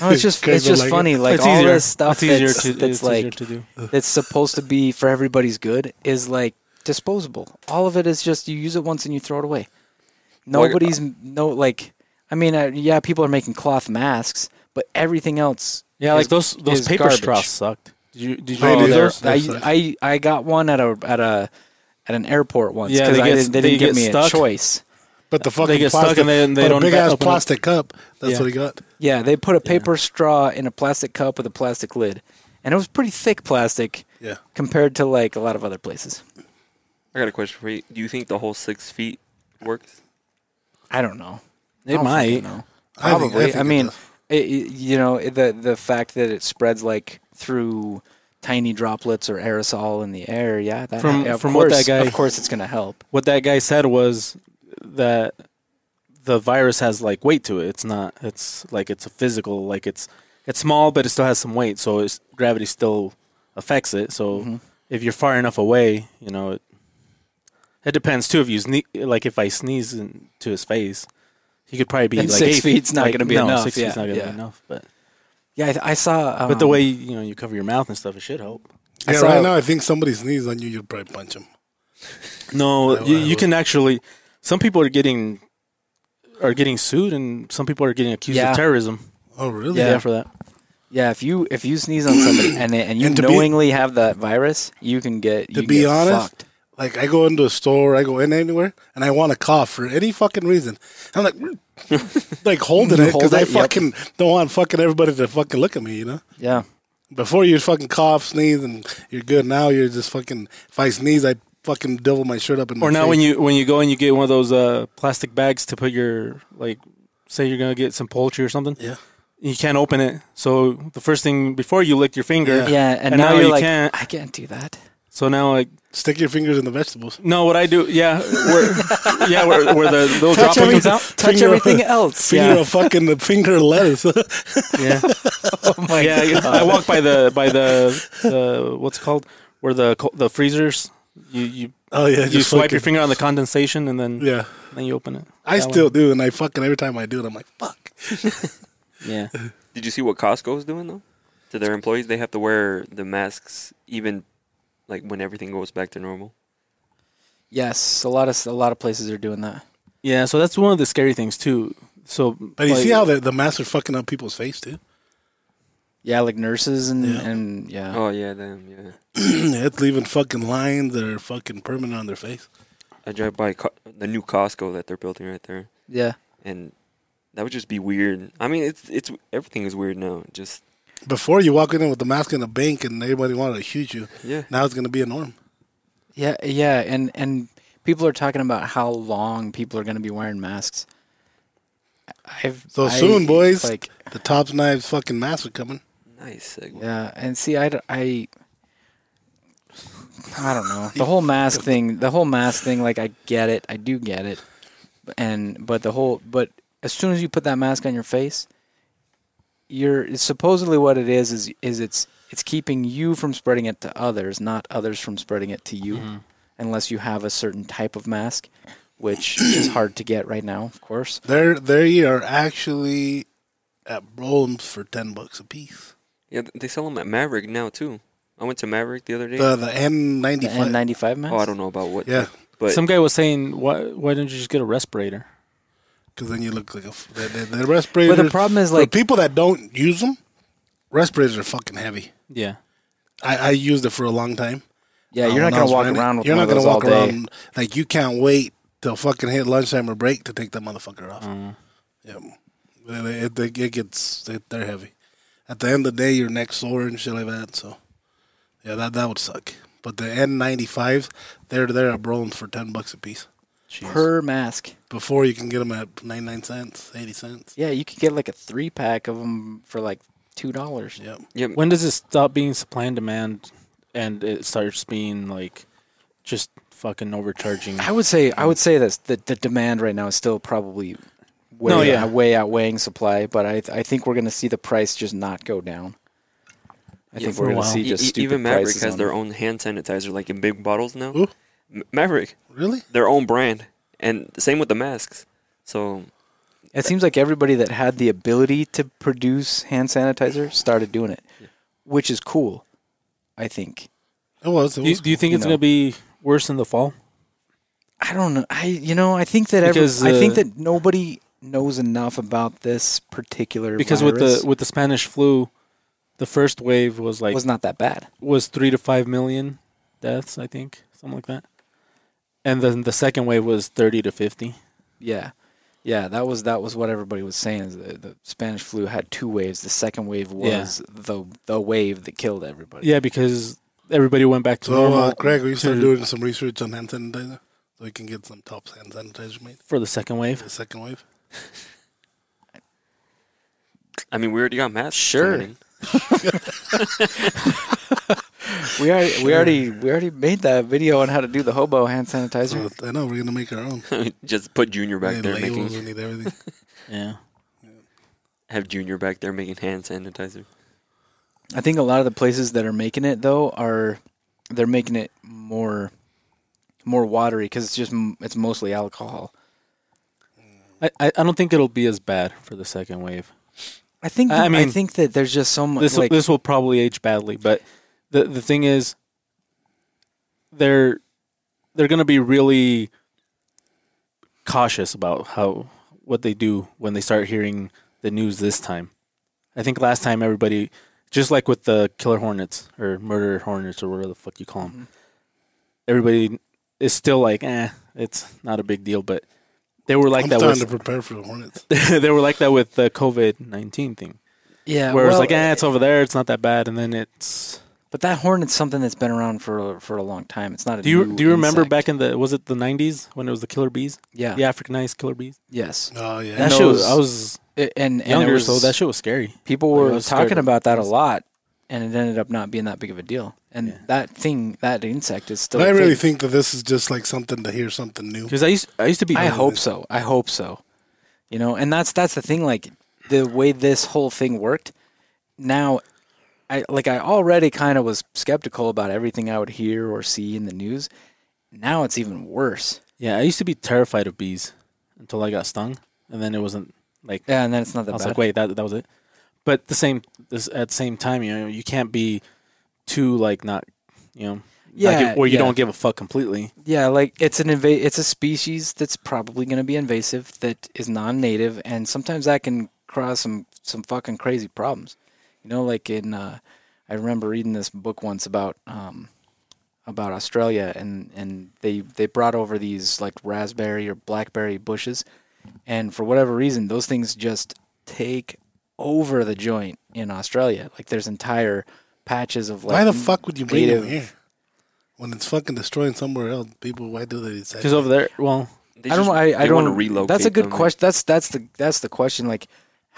Speaker 1: No, it's just
Speaker 2: Kids
Speaker 1: it's
Speaker 2: will
Speaker 1: just
Speaker 2: like it.
Speaker 1: funny. Like
Speaker 3: it's
Speaker 1: all
Speaker 3: easier.
Speaker 1: this stuff
Speaker 3: It's easier
Speaker 1: that's,
Speaker 3: to
Speaker 1: that's
Speaker 3: it's easier
Speaker 1: like
Speaker 3: to do.
Speaker 1: that's supposed to be for everybody's good is like disposable. All of it is just you use it once and you throw it away.
Speaker 3: uh,
Speaker 5: Well, I-
Speaker 1: Nobody's no like. I mean, uh, yeah, people are making cloth masks, but everything else.
Speaker 3: Yeah,
Speaker 1: is-
Speaker 3: like those those
Speaker 1: is
Speaker 3: paper
Speaker 1: garbage.
Speaker 3: straws sucked. Did you did you
Speaker 2: They
Speaker 3: use
Speaker 2: do.
Speaker 3: those?
Speaker 2: They're-
Speaker 1: I, I I got one at a at a at an airport once
Speaker 3: Yeah,
Speaker 1: because
Speaker 3: they
Speaker 1: I
Speaker 3: get-
Speaker 1: didn't, they
Speaker 3: they
Speaker 1: didn't
Speaker 3: get
Speaker 1: give me a
Speaker 3: stuck.
Speaker 1: choice.
Speaker 2: But the fucking
Speaker 3: get stuck
Speaker 2: plastic,
Speaker 3: and they-
Speaker 2: but
Speaker 3: they don't
Speaker 2: a big ass
Speaker 3: open up.
Speaker 2: plastic cup. That's
Speaker 3: Yeah.
Speaker 2: what he got.
Speaker 1: Yeah, they put a paper straw in a plastic cup with a plastic lid, and it was pretty thick plastic
Speaker 2: Yeah.
Speaker 1: compared to like a lot of other places.
Speaker 5: I got a question for you. Do you think the whole six feet works?
Speaker 1: I don't know. I
Speaker 3: It
Speaker 1: don't
Speaker 3: might.
Speaker 1: fucking know.
Speaker 2: I think- I
Speaker 1: Probably. I,
Speaker 2: think it
Speaker 1: mean,
Speaker 2: does.
Speaker 1: it, it- you know, it- the the fact that it spreads like through tiny droplets or aerosol in the air. Yeah, that
Speaker 3: From-
Speaker 1: yeah, of
Speaker 3: from what
Speaker 1: course,
Speaker 3: that guy-
Speaker 1: Of course, it's gonna help.
Speaker 3: What that guy said was that the virus has like weight to it. It's not. It's like it's a physical. Like it's it's small, but it still has some weight. So it's, gravity still affects it. So
Speaker 1: Mm-hmm.
Speaker 3: if you're far enough away, you know it. It depends too. If you sneeze, like if I sneeze into his face, he could probably be
Speaker 1: Then
Speaker 3: like
Speaker 1: six
Speaker 3: eight
Speaker 1: feet's not
Speaker 3: like,
Speaker 1: gonna be
Speaker 3: no,
Speaker 1: enough,
Speaker 3: Six
Speaker 1: yeah,
Speaker 3: feet's not gonna
Speaker 1: yeah.
Speaker 3: be enough. But
Speaker 1: Yeah, I, th- I saw. Um,
Speaker 3: but the way you know you cover your mouth and stuff, it should help.
Speaker 1: I
Speaker 2: Yeah,
Speaker 1: saw-
Speaker 2: right now I think somebody sneezes on you, you'll probably punch him.
Speaker 3: No,
Speaker 2: I
Speaker 3: you, you
Speaker 2: would.
Speaker 3: can actually. Some people are getting are getting sued, and some people are getting accused
Speaker 1: Yeah.
Speaker 3: of terrorism.
Speaker 2: Oh really?
Speaker 3: Yeah.
Speaker 1: Yeah.
Speaker 3: for that.
Speaker 1: yeah, if you if you sneeze on somebody and it- and you
Speaker 2: And to be-
Speaker 1: knowingly have that virus, you can get you
Speaker 2: To
Speaker 1: can
Speaker 2: be
Speaker 1: get
Speaker 2: honest,
Speaker 1: fucked.
Speaker 2: like I go into a store, I go in anywhere, and I want to cough for any fucking reason. I'm like, mm. like holding
Speaker 1: You
Speaker 2: it because
Speaker 1: hold
Speaker 2: I
Speaker 1: it, yep.
Speaker 2: fucking don't want fucking everybody to fucking look at me, you know.
Speaker 1: Yeah,
Speaker 2: Before you fucking cough, sneeze, and you're good. Now you're just fucking. If I sneeze, I fucking double my shirt up. In my
Speaker 3: Or now
Speaker 2: face.
Speaker 3: when you when you go and you get one of those uh, plastic bags to put your like, say you're gonna get some poultry or something,
Speaker 2: yeah,
Speaker 3: you can't open it. So the first thing before you licked your finger,
Speaker 2: Yeah.
Speaker 1: yeah, and,
Speaker 3: And
Speaker 1: now,
Speaker 3: now
Speaker 1: you're
Speaker 3: you
Speaker 1: like,
Speaker 3: can't-
Speaker 1: I can't do that.
Speaker 3: so now like.
Speaker 2: stick your fingers in the vegetables.
Speaker 3: No, what I do, yeah, where, yeah, where, where the little
Speaker 2: Touch
Speaker 3: droplet comes
Speaker 2: everything.
Speaker 3: out,
Speaker 1: Touch
Speaker 2: Finger-
Speaker 1: everything else.
Speaker 2: Finger
Speaker 1: Yeah.
Speaker 2: of fucking the finger of lettuce.
Speaker 3: yeah,
Speaker 1: Oh my
Speaker 3: yeah. I I walk by the by the, the what's it called where the co- the freezers, you you
Speaker 2: oh yeah,
Speaker 3: you
Speaker 2: just
Speaker 3: swipe
Speaker 2: fucking-
Speaker 3: your finger on the condensation and then
Speaker 2: Yeah,
Speaker 3: then you open it.
Speaker 2: I
Speaker 3: That
Speaker 2: still
Speaker 3: one.
Speaker 2: do, and I fucking every time I do it, I'm like, fuck.
Speaker 3: yeah.
Speaker 5: Did you see what Costco is doing though? To their employees, they have to wear the masks even like when everything goes back to normal.
Speaker 1: Yes, a lot of a lot of places are doing that.
Speaker 3: Yeah, so that's one of the scary things too. So
Speaker 2: But you
Speaker 3: like,
Speaker 2: see how the the masks are fucking up people's face too.
Speaker 1: Yeah, like nurses and
Speaker 2: Yeah.
Speaker 1: and yeah.
Speaker 5: Oh yeah, them yeah.
Speaker 2: Yeah, it's leaving fucking lines that are fucking permanent on their face.
Speaker 5: I drive by co- the new Costco that they're building right there,
Speaker 1: Yeah.
Speaker 5: and that would just be weird. I mean, it's it's everything is weird now. Just
Speaker 2: Before you walk in with the mask in a bank and everybody wanted to shoot you,
Speaker 5: yeah,
Speaker 2: now it's gonna be a norm.
Speaker 1: Yeah, yeah, and and people are talking about how long people are going to be wearing masks. I've
Speaker 2: So
Speaker 1: I-
Speaker 2: soon, boys.
Speaker 1: Like
Speaker 2: The tops knives fucking masks are coming.
Speaker 5: nice. segue.
Speaker 1: yeah, and see, I d- I. I don't know the whole mask thing. The whole mask thing, like I get it, I do get it, and but the whole but as soon as you put that mask on your face, you're supposedly what it is is is it's it's keeping you from spreading it to others, not others from spreading it to you.
Speaker 2: Mm-hmm.
Speaker 1: unless you have a certain type of mask, which is hard to get right now, of course.
Speaker 2: They're they are actually at Brolms for ten bucks a piece.
Speaker 5: Yeah, th- they sell them at Maverick now too. I went to Maverick the other day.
Speaker 2: The the N ninety
Speaker 1: The
Speaker 2: five.
Speaker 1: N95 mask.
Speaker 5: oh, I don't know about what.
Speaker 2: Yeah,
Speaker 5: but
Speaker 3: some guy was saying, why why don't you just get a respirator?
Speaker 2: because then you look like a f- the, the, the respirators.
Speaker 1: But the problem is
Speaker 2: for
Speaker 1: like
Speaker 2: people that don't use them, respirators are fucking heavy.
Speaker 3: Yeah,
Speaker 2: I, I used it for a long time.
Speaker 1: yeah, you're
Speaker 2: Uh,
Speaker 1: not
Speaker 2: when I
Speaker 1: gonna
Speaker 2: was
Speaker 1: walk
Speaker 2: running-
Speaker 1: around with
Speaker 2: You're
Speaker 1: one
Speaker 2: not
Speaker 1: of
Speaker 2: gonna
Speaker 1: those all
Speaker 2: walk
Speaker 1: day. Mm.
Speaker 2: around like you can't wait till fucking hit lunchtime or break to take that motherfucker off. Yep. It, it, it gets it, they're heavy. At the end of the day, your neck sore and shit like that. So, yeah, that that would suck. But the N95, they're they're at Brolin's for ten bucks a piece.
Speaker 1: per mask.
Speaker 2: Before you can get them at ninety nine cents, eighty cents.
Speaker 1: Yeah, you could get like a three pack of them for like two dollars.
Speaker 2: Yep.
Speaker 5: Yeah,
Speaker 3: When does it stop being supply and demand, and it starts being like just fucking overcharging?
Speaker 1: I would say I would say that the, the demand right now is still probably way
Speaker 3: No, yeah.
Speaker 1: way outweighing supply, but I I think we're going to see the price just not go down. I think we're
Speaker 3: for a
Speaker 1: going to
Speaker 3: while.
Speaker 1: see
Speaker 5: E-
Speaker 1: just
Speaker 5: e-
Speaker 1: stupid
Speaker 5: even Maverick
Speaker 1: prices
Speaker 5: has
Speaker 1: on
Speaker 5: their
Speaker 1: them.
Speaker 5: own hand sanitizer, like in big bottles now.
Speaker 2: Who?
Speaker 5: M- Maverick,
Speaker 2: Really?
Speaker 5: their own brand, and same with the masks. So
Speaker 1: It seems like everybody that had the ability to produce hand sanitizer started doing it, which is cool. I think.
Speaker 2: It was. It
Speaker 3: do, you,
Speaker 2: was.
Speaker 3: do you think
Speaker 1: you
Speaker 3: it's
Speaker 1: know.
Speaker 3: gonna be worse in the fall?
Speaker 1: I don't know. I you know I think that every,
Speaker 3: Because,
Speaker 1: I think
Speaker 3: uh,
Speaker 1: that nobody knows enough about this particular
Speaker 3: Because with
Speaker 1: virus.
Speaker 3: the with the Spanish flu, the first wave was like
Speaker 1: was
Speaker 3: was,
Speaker 1: not that bad.
Speaker 3: three to five million deaths, I think, something like that. And then the second wave was thirty to fifty.
Speaker 1: Yeah, yeah. That was that was what everybody was saying. Is the, the Spanish flu had two waves. The second wave
Speaker 3: Yeah.
Speaker 1: was the the wave that killed everybody.
Speaker 3: Yeah, because everybody went back to
Speaker 2: so,
Speaker 3: normal
Speaker 2: uh, Craig, we started
Speaker 3: to-
Speaker 2: doing some research on hand sanitizer, so we can get some top hand sanitizer made.
Speaker 3: for the second wave.
Speaker 2: The second wave.
Speaker 5: I mean, we already got masks.
Speaker 1: Sure.
Speaker 5: coming in.
Speaker 1: we already we already we already made that video on how to do the hobo hand sanitizer.
Speaker 2: So, I know we're gonna make our own.
Speaker 5: Just put Junior
Speaker 2: We
Speaker 5: back
Speaker 2: need
Speaker 5: there
Speaker 2: labels.
Speaker 5: making
Speaker 2: We need everything.
Speaker 3: Yeah.
Speaker 5: have Junior back there making hand sanitizer.
Speaker 1: I think a lot of the places that are making it though are they're making it more more watery because it's just m- it's mostly alcohol.
Speaker 3: I, I I don't think it'll be as bad for the second wave.
Speaker 1: I think
Speaker 3: I
Speaker 1: I,
Speaker 3: mean,
Speaker 1: think that there's just so much
Speaker 3: This
Speaker 1: like
Speaker 3: this will probably age badly, but the the thing is, they're they're gonna be really cautious about how what they do when they start hearing the news this time. I think last time everybody, just like with the killer hornets or murder hornets or whatever the fuck you call them, everybody is still like, eh, it's not a big deal, but they were like
Speaker 2: I'm
Speaker 3: that
Speaker 2: starting
Speaker 3: with
Speaker 2: to prepare for the Hornets.
Speaker 3: they were like that with the COVID nineteen thing,
Speaker 1: yeah.
Speaker 3: where
Speaker 1: Uh,
Speaker 3: it's
Speaker 1: well,
Speaker 3: like, eh, it's over there, it's not that bad, and then it's.
Speaker 1: but that hornet's something that's been around for for a long time. It's not. A
Speaker 3: Do you
Speaker 1: new
Speaker 3: do you remember
Speaker 1: insect.
Speaker 3: back in the was it the nineties when it was the killer bees,
Speaker 1: Yeah.
Speaker 3: the Africanized killer bees?
Speaker 1: Yes.
Speaker 2: Oh yeah.
Speaker 1: That
Speaker 3: And
Speaker 1: shit
Speaker 3: those-
Speaker 1: was-
Speaker 3: I was
Speaker 1: It, and and it
Speaker 3: younger,
Speaker 1: was-
Speaker 3: so that shit was scary.
Speaker 1: people
Speaker 3: Like, I
Speaker 1: were
Speaker 3: was scared
Speaker 1: talking
Speaker 3: of-
Speaker 1: about that a lot, and it ended up not being that big of a deal. And that thing, that insect, is still.
Speaker 2: But I
Speaker 1: a
Speaker 2: really
Speaker 1: thing.
Speaker 2: think that this is just like something to hear something new.
Speaker 3: Because I used I used to be
Speaker 1: I hope so. I hope so. You know, and that's that's the thing. Like the way this whole thing worked. Now, I like I already kind of was skeptical about everything I would hear or see in the news. Now it's even worse.
Speaker 3: yeah I used to be terrified of bees until I got stung, and then it wasn't like
Speaker 1: Yeah, and then it's not that
Speaker 3: I was
Speaker 1: bad.
Speaker 3: like wait that that was it, but the same this, at the same time you know you can't be too like not you know
Speaker 1: Yeah,
Speaker 3: not give, where you
Speaker 1: yeah.
Speaker 3: don't give a fuck completely
Speaker 1: Yeah, like it's an inva- it's a species that's probably going to be invasive that is non-native and sometimes that can cause some some fucking crazy problems. You know, like in uh I remember reading this book once about um about Australia and and they they brought over these like raspberry or blackberry bushes and for whatever reason those things just take over the joint in Australia. Like there's entire patches of like
Speaker 2: Why the fuck would you bring them
Speaker 1: native-
Speaker 2: here? When it's fucking destroying somewhere else, people. Why do they decide?
Speaker 3: because over there well
Speaker 5: They
Speaker 1: I don't.
Speaker 5: just-
Speaker 1: I, I
Speaker 5: they
Speaker 1: don't.
Speaker 5: wanna relocate.
Speaker 1: That's a good
Speaker 5: them.
Speaker 1: question. That's that's the that's the question. Like,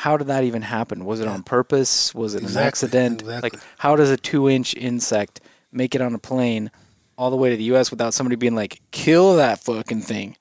Speaker 1: how did that even happen? Was it on purpose? Was it an
Speaker 2: Exactly,
Speaker 1: accident?
Speaker 2: exactly.
Speaker 1: Like, how does a two-inch insect make it on a plane all the way to the U.S. without somebody being like, "Kill that fucking thing"?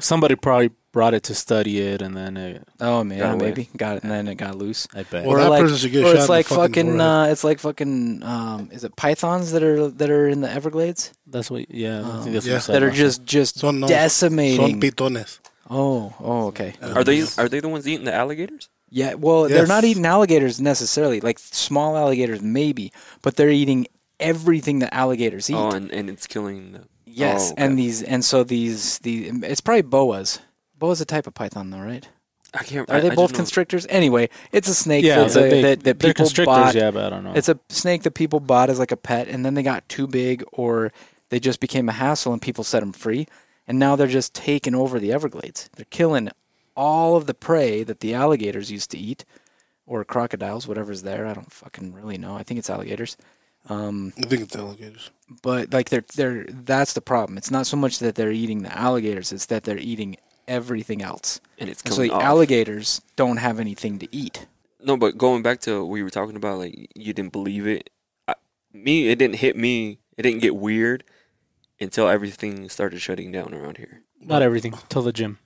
Speaker 3: somebody probably brought it to study it and then it,
Speaker 1: Oh man,
Speaker 5: Got away.
Speaker 1: maybe got it, and then it got loose.
Speaker 3: I bet
Speaker 2: Well,
Speaker 1: or
Speaker 2: that
Speaker 1: like,
Speaker 2: person should get
Speaker 1: or
Speaker 2: shot
Speaker 1: it's
Speaker 2: in the
Speaker 1: like
Speaker 2: fucking
Speaker 1: fucking.
Speaker 2: forehead.
Speaker 1: Uh, it's like fucking. Um, is it pythons that are that are in the Everglades
Speaker 3: that's what yeah I think
Speaker 1: Um,
Speaker 3: that's what
Speaker 2: yeah.
Speaker 3: you said
Speaker 1: that are
Speaker 3: last
Speaker 1: just just
Speaker 2: Son no- Son
Speaker 1: decimating?
Speaker 2: pitones.
Speaker 1: oh, oh, okay.
Speaker 5: Are they are they the ones eating the alligators?
Speaker 1: Yeah, well, they're not
Speaker 2: Yes.
Speaker 1: eating alligators necessarily, like small alligators maybe, but they're eating everything that alligators eat.
Speaker 5: Oh, and, and it's killing the
Speaker 1: yes,
Speaker 5: oh, okay.
Speaker 1: and these and so these the it's probably boas. Boa's a type of python though, right?
Speaker 5: I can't.
Speaker 1: Are
Speaker 5: I,
Speaker 1: they
Speaker 5: I
Speaker 1: both
Speaker 5: just know-
Speaker 1: constrictors? Anyway, it's a snake
Speaker 3: yeah,
Speaker 1: that's a-
Speaker 3: they-
Speaker 1: that, that
Speaker 3: they're
Speaker 1: people
Speaker 3: constrictors,
Speaker 1: bought.
Speaker 3: Yeah, but I don't know.
Speaker 1: It's a snake that people bought as like a pet, and then they got too big, or they just became a hassle, and people set them free, and now they're just taking over the Everglades. They're killing all of the prey that the alligators used to eat, or crocodiles, whatever's there. I don't fucking really know. I think it's alligators. Um,
Speaker 2: I think it's alligators.
Speaker 1: but like they're they're that's the problem. It's not so much that they're eating the alligators; it's that they're eating everything else.
Speaker 5: and it's
Speaker 1: And so
Speaker 5: coming
Speaker 1: the
Speaker 5: off.
Speaker 1: alligators don't have anything to eat.
Speaker 5: No, but going back to what you were talking about, like you didn't believe it. I, me, it didn't hit me. It didn't get weird until everything started shutting down around here.
Speaker 3: Not everything. Till the gym.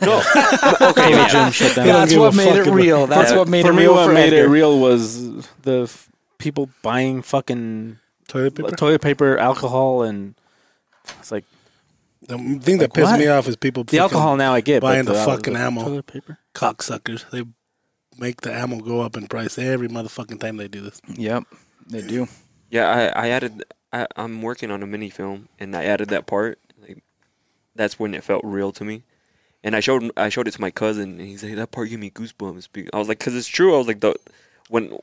Speaker 5: No, okay,
Speaker 3: Till the
Speaker 5: yeah.
Speaker 3: gym shut down.
Speaker 1: that's what made it real. That's
Speaker 5: Yeah.
Speaker 1: what made
Speaker 3: for
Speaker 1: it
Speaker 3: me,
Speaker 1: real
Speaker 3: what
Speaker 1: for
Speaker 3: made it
Speaker 1: Edgar.
Speaker 3: real was the f- people buying fucking
Speaker 2: Toilet paper.
Speaker 3: toilet paper, alcohol, and it's like
Speaker 2: The thing that
Speaker 3: Like
Speaker 2: pissed
Speaker 3: what?
Speaker 2: me off is people.
Speaker 3: the alcohol now I get. but
Speaker 2: buying the
Speaker 3: al-
Speaker 2: fucking ammo.
Speaker 3: Toilet paper.
Speaker 2: cocksuckers. They make the ammo go up in price every motherfucking time they do this.
Speaker 1: Yep, they do.
Speaker 5: yeah. I, I added. I, I'm working on a mini film, and I added that part. Like, that's when it felt real to me. And I showed I showed it to my cousin, and he's like, "That part gave me goosebumps." Be- I was like, "Cause it's true." I was like, "The when."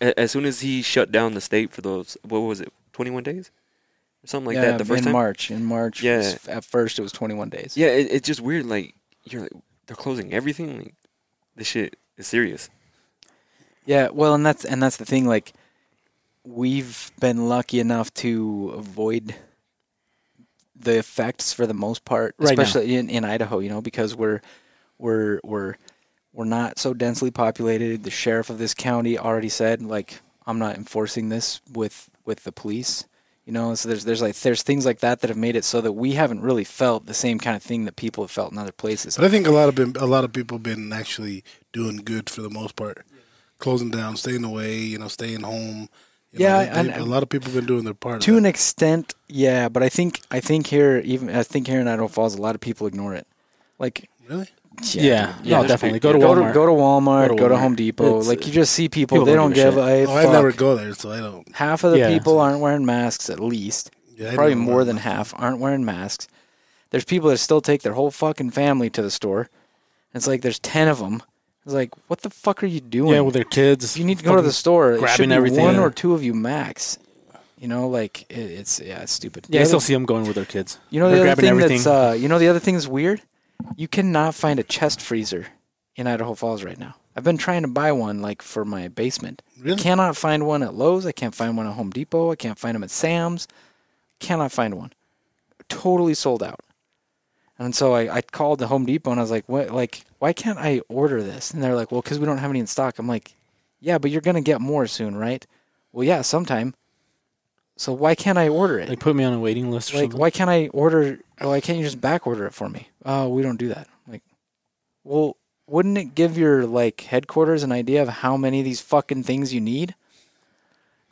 Speaker 5: a- As soon as he shut down the state for those, what was it, 21 days, or something like
Speaker 1: yeah,
Speaker 5: that? The first
Speaker 1: in
Speaker 5: time,
Speaker 1: March. In March,
Speaker 5: Yeah.
Speaker 1: was- at first it was 21 days.
Speaker 5: Yeah, it, it's just weird. Like you're like they're closing everything. Like this shit is serious.
Speaker 1: Yeah, well, and that's and that's the thing. Like, we've been lucky enough to avoid the effects for the most part,
Speaker 3: Right now.
Speaker 1: especially in, in Idaho. You know, because we're we're we're we're not so densely populated. The sheriff of this county already said, like, I'm not enforcing this with with the police. You know, so there's there's like there's things like that that have made it so that we haven't really felt the same kind of thing that people have felt in other places.
Speaker 2: But I think a lot of been, a lot of people been actually doing good for the most part, closing down, staying away, you know, staying home. You know,
Speaker 1: Yeah,
Speaker 2: they-
Speaker 1: and-
Speaker 2: they- a lot of people been doing their part.
Speaker 1: to
Speaker 2: of
Speaker 1: an
Speaker 2: that.
Speaker 1: extent, yeah, but I think I think here even I think here in Idaho Falls, a lot of people ignore it. Like
Speaker 2: Really?
Speaker 1: yeah,
Speaker 3: Yeah,
Speaker 5: Yeah,
Speaker 3: no,
Speaker 5: there's
Speaker 3: definitely go
Speaker 5: people-
Speaker 3: to
Speaker 1: go
Speaker 3: Walmart.
Speaker 1: to go to Walmart, go to,
Speaker 3: Walmart.
Speaker 1: Home Depot.
Speaker 3: It's-
Speaker 1: like you just see people,
Speaker 3: people
Speaker 1: they
Speaker 3: don't
Speaker 1: don't
Speaker 3: give a
Speaker 1: give a,
Speaker 2: Oh, I never
Speaker 1: fuck.
Speaker 2: go there, so I don't.
Speaker 1: Half of the
Speaker 3: Yeah.
Speaker 1: people aren't wearing masks, at least
Speaker 2: Yeah, I
Speaker 1: probably
Speaker 2: never
Speaker 1: more
Speaker 2: went.
Speaker 1: than half aren't wearing masks. There's people that still take their whole fucking family to the store. It's like there's ten of them. It's like what the fuck are you doing?
Speaker 3: yeah, with their kids.
Speaker 1: if you need to go to the store, it should
Speaker 3: grabbing
Speaker 1: be
Speaker 3: everything.
Speaker 1: one
Speaker 3: Yeah.
Speaker 1: or two of you max. You know, like it, it's yeah, it's stupid.
Speaker 3: Yeah,
Speaker 1: The
Speaker 3: I
Speaker 1: other-
Speaker 3: still see them going with their kids.
Speaker 1: you know
Speaker 3: They're
Speaker 1: the other
Speaker 3: grabbing
Speaker 1: thing
Speaker 3: everything.
Speaker 1: that's uh, you know the other thing that's weird. You cannot find a chest freezer in Idaho Falls right now. I've been trying to buy one like for my basement.
Speaker 2: Really?
Speaker 1: Cannot find one at Lowe's. I can't find one at Home Depot. I can't find them at Sam's. Cannot find one. Totally sold out. And so I, I called the Home Depot and I was like, "What? Like, why can't I order this?" And they're like, "Well, because we don't have any in stock." I'm like, "Yeah, but you're gonna get more soon, right?" Well, yeah, sometime. So why can't I order it?
Speaker 3: They put me on a waiting list or
Speaker 1: like
Speaker 3: something.
Speaker 1: why can't I order? Why can't you just back order it for me? Oh, we don't do that. I'm Like, well, wouldn't it give your like headquarters an idea of how many of these fucking things you need?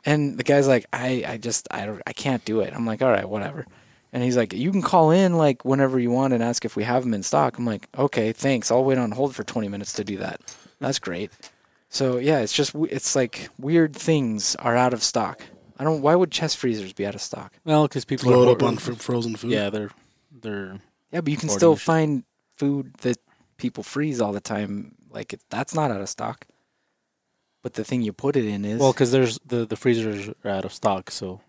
Speaker 1: And the guy's like, I, I just, I don't, I can't do it. I'm like, all right, whatever. And he's like, you can call in like whenever you want and ask if we have them in stock. I'm like, okay, thanks. I'll wait on hold for 20 minutes to do that. That's great. So yeah, it's just, w- it's like weird things are out of stock. I don't. Why would chest freezers be out of stock?
Speaker 3: Well, because people
Speaker 2: Load
Speaker 3: are
Speaker 2: up
Speaker 3: more-
Speaker 2: on fr- frozen food.
Speaker 3: Yeah, they're they're
Speaker 1: Yeah, but you can
Speaker 3: Hoarding
Speaker 1: still
Speaker 3: shit.
Speaker 1: find food that people freeze all the time. Like it, that's not out of stock. But the thing you put it in is
Speaker 3: well because there's the the freezers are out of stock. So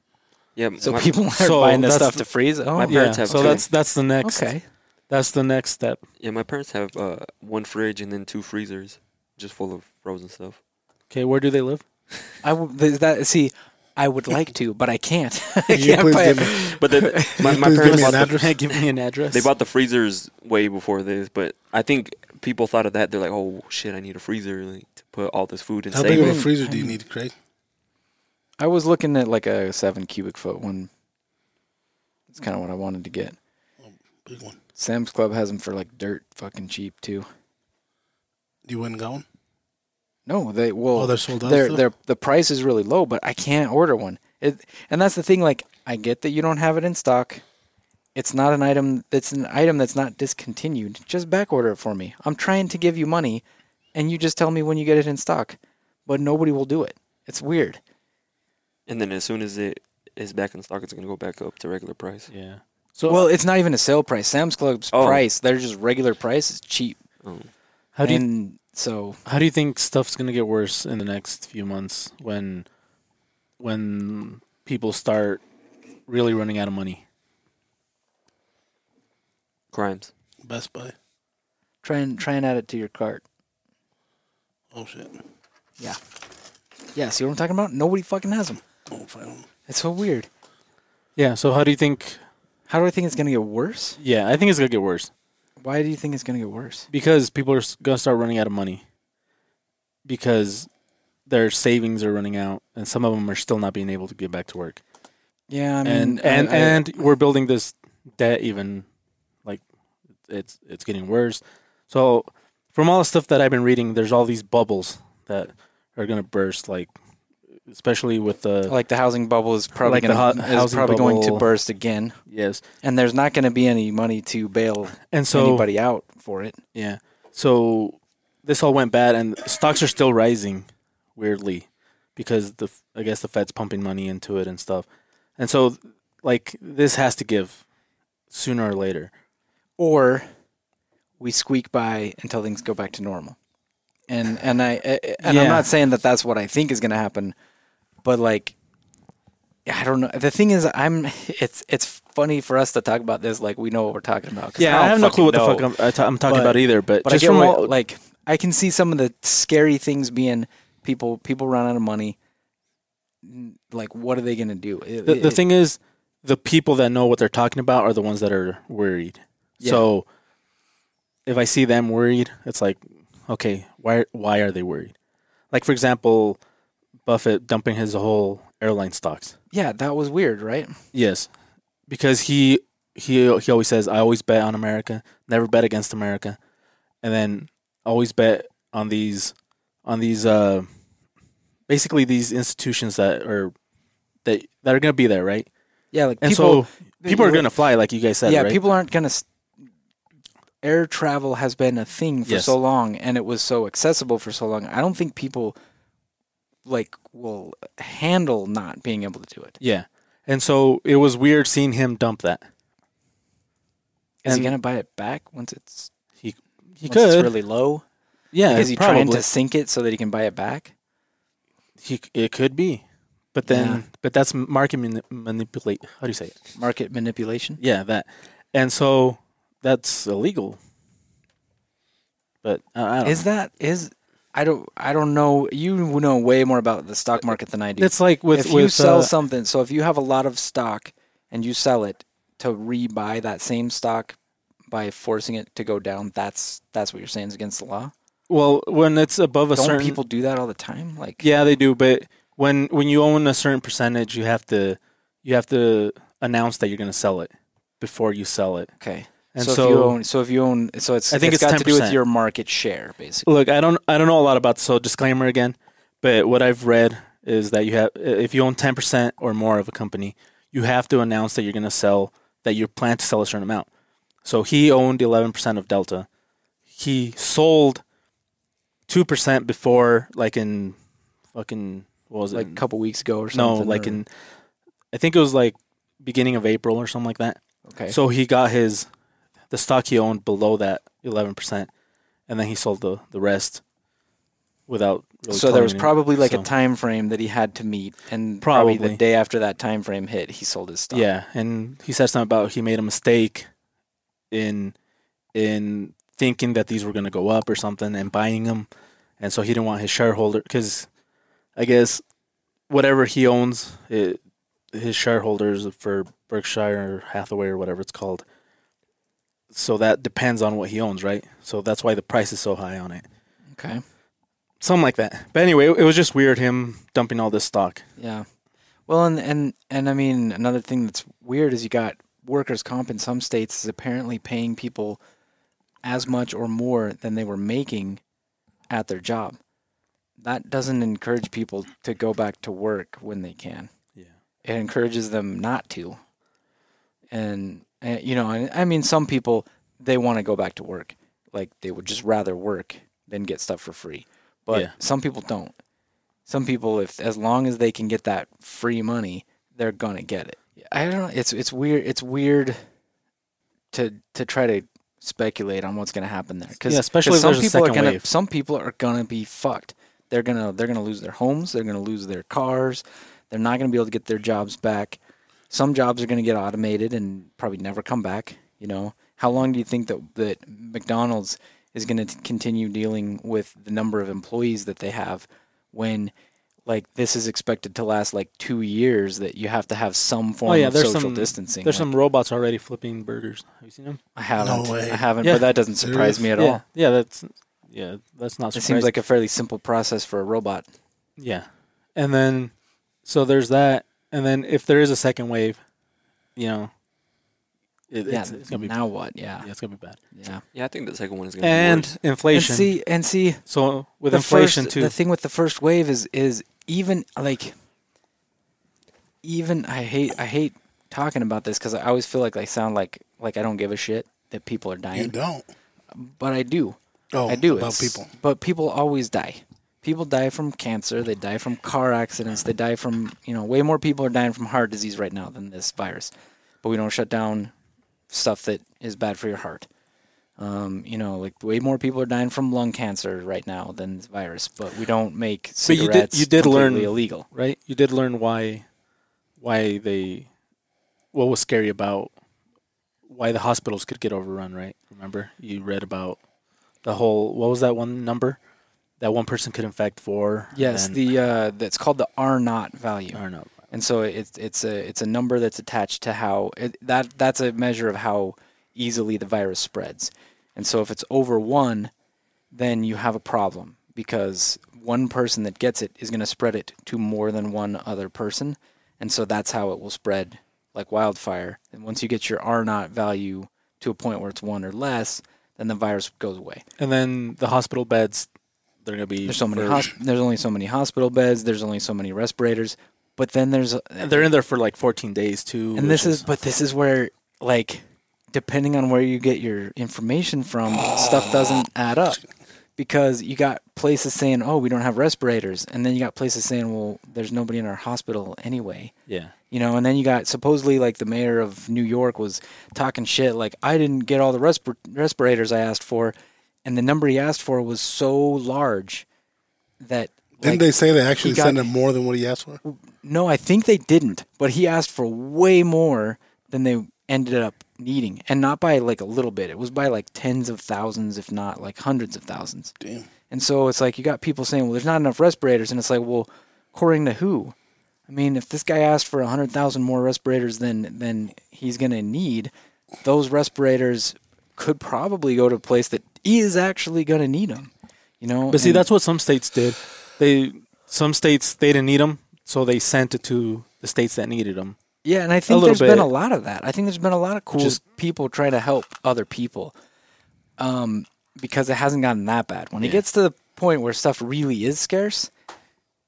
Speaker 5: Yeah.
Speaker 1: so
Speaker 5: my,
Speaker 1: people aren't
Speaker 3: so
Speaker 1: buying the
Speaker 3: that's
Speaker 1: stuff
Speaker 3: the-
Speaker 1: to freeze. Oh,
Speaker 5: my parents
Speaker 3: yeah,
Speaker 5: have
Speaker 3: so
Speaker 5: two.
Speaker 3: that's that's the next
Speaker 1: okay.
Speaker 3: that's the next step.
Speaker 5: Yeah, my parents have uh, one fridge and then two freezers, just full of frozen stuff.
Speaker 3: Okay, where do they live?
Speaker 1: I w- th- that see, I would like to, but I can't. I
Speaker 2: Can you
Speaker 1: can't
Speaker 2: please
Speaker 1: buy
Speaker 2: give
Speaker 1: it.
Speaker 2: me-
Speaker 5: But the, my, my
Speaker 2: Please give
Speaker 5: parents
Speaker 2: me
Speaker 5: bought
Speaker 2: an
Speaker 5: the,
Speaker 2: address.
Speaker 3: Give me an address.
Speaker 5: they bought the freezers way before this. But I think people thought of that. They're like, "Oh shit, I need a freezer like, to put all this food and
Speaker 2: How
Speaker 5: save
Speaker 2: big of a
Speaker 5: it."
Speaker 2: freezer do you
Speaker 1: Mm-hmm.
Speaker 2: need, Craig?
Speaker 1: I was looking at like a seven cubic foot one. That's kind of what I wanted to get.
Speaker 2: Big one.
Speaker 1: Sam's Club has them for like dirt fucking cheap too.
Speaker 2: You wouldn't got one?
Speaker 1: No, they well
Speaker 2: Oh, they're sold out.
Speaker 1: they're,
Speaker 2: still?
Speaker 1: they're, the price is really low, but I can't order one. It, and that's the thing. Like, I get that you don't have it in stock. It's not an item. It's an item that's not discontinued. Just back order it for me. I'm trying to give you money, and you just tell me when you get it in stock. But nobody will do it. It's weird.
Speaker 5: And then as soon as it is back in stock, it's gonna go back up to regular price.
Speaker 3: yeah. So
Speaker 1: Well, it's not even a sale price. Sam's Club's
Speaker 5: Oh.
Speaker 1: price, they're just regular price, is cheap.
Speaker 5: Oh.
Speaker 3: how do you
Speaker 1: and so
Speaker 3: how do you think stuff's gonna get worse in the next few months when when people start really running out of money?
Speaker 5: Crimes.
Speaker 2: Best Buy.
Speaker 1: Try and try and add it to your cart.
Speaker 2: Oh shit.
Speaker 1: Yeah, see what I'm talking about? Nobody fucking has them.
Speaker 2: Don't find 'em.
Speaker 1: It's so weird.
Speaker 3: Yeah. So how do you think?
Speaker 1: How do I think it's gonna get worse?
Speaker 3: Yeah, I think it's gonna get worse
Speaker 1: Why do you think it's gonna get worse?
Speaker 3: because people are s- gonna start running out of money because their savings are running out, and some of them are still not being able to get back to work.
Speaker 1: Yeah, I mean,
Speaker 3: and
Speaker 1: I-
Speaker 3: and
Speaker 1: I-
Speaker 3: and we're building this debt even like it's it's getting worse so from all the stuff that i've been reading there's all these bubbles that are going to burst like especially with the
Speaker 1: like the housing bubble is probably
Speaker 3: uh, Like the
Speaker 1: gonna,
Speaker 3: hou-
Speaker 1: is
Speaker 3: housing
Speaker 1: probably going to
Speaker 3: bubble.
Speaker 1: burst again,
Speaker 3: yes
Speaker 1: and there's not going to be any money to bail
Speaker 3: and so
Speaker 1: anybody out for it.
Speaker 3: yeah so this all went bad and stocks are still rising weirdly because the i guess the fed's pumping money into it and stuff and so like this has to give sooner or later
Speaker 1: Or we squeak by until things go back to normal. And and I I- and I'm
Speaker 3: Yeah.
Speaker 1: not saying that that's what I think is going to happen, but like I don't know. The thing is, I'm. It's it's funny for us to talk about this like we know what we're talking about. 'cause
Speaker 3: Yeah, I,
Speaker 1: don't
Speaker 3: have no clue what
Speaker 1: fucking
Speaker 3: the
Speaker 1: know.
Speaker 3: fuck I'm, I t- I'm talking
Speaker 1: But-
Speaker 3: about either. But,
Speaker 1: But
Speaker 3: just
Speaker 1: I get
Speaker 3: from
Speaker 1: what-
Speaker 3: all,
Speaker 1: like I can see some of the scary things being people people run out of money. Like, what are they gonna do? It-
Speaker 3: the, the
Speaker 1: it-
Speaker 3: thing is, the people that know what they're talking about are the ones that are worried.
Speaker 1: Yeah.
Speaker 3: So if I see them worried, it's like, okay, why why are they worried? Like for example, Buffett dumping his whole airline stocks.
Speaker 1: yeah, that was weird, right?
Speaker 3: Yes, because he he he always says, "I always bet on America, never bet against America," and then always bet on these on these uh, basically these institutions that are that that are gonna be there, right?
Speaker 1: Yeah, like
Speaker 3: And
Speaker 1: people,
Speaker 3: so people are gonna fly, like you guys said,
Speaker 1: yeah,
Speaker 3: right?
Speaker 1: people aren't gonna. s air travel has been a thing for
Speaker 3: Yes.
Speaker 1: so long, and it was so accessible for so long. I don't think people like will handle not being able to do it.
Speaker 3: yeah, and so it was weird seeing him dump that.
Speaker 1: Is he
Speaker 3: And-
Speaker 1: gonna buy it back once it's
Speaker 3: He
Speaker 1: once it's
Speaker 3: could,
Speaker 1: really low?
Speaker 3: yeah,
Speaker 1: Is he
Speaker 3: probably.
Speaker 1: trying to sink it so that he can buy it back?
Speaker 3: He c- it could be, but then
Speaker 1: Yeah.
Speaker 3: but that's market mani- manipulate. How do you say it?
Speaker 1: Market manipulation.
Speaker 3: Yeah, that. And so that's illegal. But I I don't
Speaker 1: Is that is I don't I don't know. You know way more about the stock market than I do.
Speaker 3: know. It's like with
Speaker 1: if
Speaker 3: with
Speaker 1: you sell
Speaker 3: uh,
Speaker 1: something, so if you have a lot of stock and you sell it to rebuy that same stock by forcing it to go down, that's that's what you're saying is against the law.
Speaker 3: well when it's above a
Speaker 1: don't
Speaker 3: certain
Speaker 1: people do that all the time? Like
Speaker 3: Yeah, they do, but when when you own a certain percentage, you have to you have to announce that you're going to sell it before you sell it.
Speaker 1: okay.
Speaker 3: And
Speaker 1: so,
Speaker 3: so,
Speaker 1: if you own, so if you own, so it's
Speaker 3: I think
Speaker 1: it's
Speaker 3: it's
Speaker 1: got to do with
Speaker 3: 10%.
Speaker 1: your market share, basically.
Speaker 3: look, I don't I don't know a lot about so disclaimer again, but what I've read is that you have if you own 10% or more of a company, you have to announce that you're going to sell that you plan to sell a certain amount. So he owned 11% of Delta. He sold 2% before like in fucking what was it?
Speaker 1: Like a couple weeks ago or
Speaker 3: no,
Speaker 1: something.
Speaker 3: like
Speaker 1: or-
Speaker 3: in I think it was like beginning of April or something like that.
Speaker 1: okay.
Speaker 3: So he got his the stock he owned below that eleven percent, and then he sold the the rest without. Really
Speaker 1: so there
Speaker 3: telling
Speaker 1: was
Speaker 3: anyone.
Speaker 1: probably like a
Speaker 3: So-
Speaker 1: time frame that he had to meet, and probably, the
Speaker 3: Probably.
Speaker 1: day after that time frame hit, he sold his stock.
Speaker 3: Yeah, and he said something about he made a mistake in in thinking that these were going to go up or something and buying them, and so he didn't want his shareholder because I guess whatever he owns, it, his shareholders for Berkshire or Hathaway or whatever it's called. So that depends on what he owns, right? So that's why the price is so high on it.
Speaker 1: Okay.
Speaker 3: Something like that. But anyway, it it was just weird him dumping all this stock.
Speaker 1: Yeah. Well, and and and I mean, another thing that's weird is you got workers' comp in some states is apparently paying people as much or more than they were making at their job. That doesn't encourage people to go back to work when they can.
Speaker 3: Yeah.
Speaker 1: It encourages them not to. And, uh you know, and I mean, some people they want to go back to work, like they would just rather work than get stuff for free. But
Speaker 3: Yeah.
Speaker 1: some people don't. Some people, if as long as they can get that free money, they're gonna get it. I don't know. It's it's weird. It's weird to to try to speculate on what's gonna happen there because
Speaker 3: Yeah, especially if
Speaker 1: some
Speaker 3: there's a
Speaker 1: people are
Speaker 3: second
Speaker 1: gonna
Speaker 3: wave.
Speaker 1: some people are gonna be fucked. They're gonna they're gonna lose their homes. They're gonna lose their cars. They're not gonna be able to get their jobs back. Some jobs are gonna get automated and probably never come back. You know, how long do you think that that McDonald's is going to continue dealing with the number of employees that they have when like this is expected to last like two years that you have to have some form
Speaker 3: yeah,
Speaker 1: of
Speaker 3: there's
Speaker 1: social
Speaker 3: some-
Speaker 1: distancing.
Speaker 3: There's
Speaker 1: Like,
Speaker 3: some robots already flipping burgers. Have you seen them?
Speaker 1: I haven't
Speaker 2: No way.
Speaker 1: I haven't,
Speaker 3: Yeah.
Speaker 1: but that doesn't surprise me at
Speaker 3: yeah.
Speaker 1: all.
Speaker 3: Yeah, that's yeah, that's not.
Speaker 1: It seems
Speaker 3: surprising.
Speaker 1: like a fairly simple process for a robot.
Speaker 3: Yeah. And then so there's that and then if there is a second wave, you know, it,
Speaker 1: yeah,
Speaker 3: it's, it's going to be
Speaker 1: now what? Yeah,
Speaker 3: yeah, it's going to be bad.
Speaker 1: yeah.
Speaker 5: Yeah, I think the second one is gonna be
Speaker 3: And
Speaker 5: worse.
Speaker 1: And
Speaker 3: inflation.
Speaker 1: see, and see,
Speaker 3: so with
Speaker 1: the
Speaker 3: inflation
Speaker 1: first-
Speaker 3: too.
Speaker 1: The thing with the first wave is is even like even I hate I hate talking about this because I always feel like I sound like like I don't give a shit that people are
Speaker 2: You
Speaker 1: dying,
Speaker 2: don't.
Speaker 1: but I do.
Speaker 2: Oh,
Speaker 1: I do.
Speaker 2: about
Speaker 1: It's-
Speaker 2: people.
Speaker 1: but people always die. People die from cancer. They die from car accidents. They die from you know way more people are dying from heart disease right now than this virus. But we don't shut down stuff that is bad for your heart. Um, you know, like way more people are dying from lung cancer right now than this virus. But we don't make
Speaker 3: But you did-
Speaker 1: cigarettes
Speaker 3: you did learn-
Speaker 1: completely illegal.
Speaker 3: right? You did learn why why they what was scary about why the hospitals could get overrun, right? Remember? You read about the whole what was that one number? That one person could infect four. and
Speaker 1: Yes,
Speaker 3: then-
Speaker 1: the uh, that's called the R naught value.
Speaker 3: I don't know.
Speaker 1: and so it's it's a it's a number that's attached to how it, that that's a measure of how easily the virus spreads. And so if it's over one, then you have a problem because one person that gets it is going to spread it to more than one other person, and so that's how it will spread like wildfire. And once you get your R naught value to a point where it's one or less, then the virus goes away.
Speaker 3: And then the hospital beds they're going to be
Speaker 1: There's so many
Speaker 3: for-
Speaker 1: hosp- there's only so many hospital beds. There's only so many respirators. But then there's
Speaker 3: And they're in there for like 14 days too.
Speaker 1: and this
Speaker 3: which
Speaker 1: is but this is where like depending on where you get your information from stuff doesn't add up because you got places saying oh we don't have respirators and then you got places saying well there's nobody in our hospital anyway
Speaker 3: yeah.
Speaker 1: you know and then you got supposedly like the mayor of new york was talking shit like i didn't get all the respir- respirators i asked for and the number he asked for was so large that
Speaker 2: Didn't
Speaker 1: like,
Speaker 2: they say they actually
Speaker 1: he got-
Speaker 2: sent him more than what he asked for?
Speaker 1: no, I think they didn't, but he asked for way more than they ended up needing. And not by like a little bit. It was by like tens of thousands, if not like hundreds of thousands.
Speaker 2: Damn.
Speaker 1: And so it's like you got people saying, well, there's not enough respirators. And it's like, well, according to who? I mean, if this guy asked for 100,000 more respirators than, than he's going to need, those respirators could probably go to a place that is actually going to need them. You know?
Speaker 3: But see,
Speaker 1: And-
Speaker 3: that's what some states did. They some states they didn't need them, so they sent it to the states that needed them.
Speaker 1: Yeah, and I think
Speaker 3: little
Speaker 1: there's been a
Speaker 3: bit.
Speaker 1: lot of that. I think there's been a lot of cool
Speaker 3: Just-
Speaker 1: people trying to help other people. Um, because it hasn't gotten that bad. When it gets to the point where stuff really is scarce,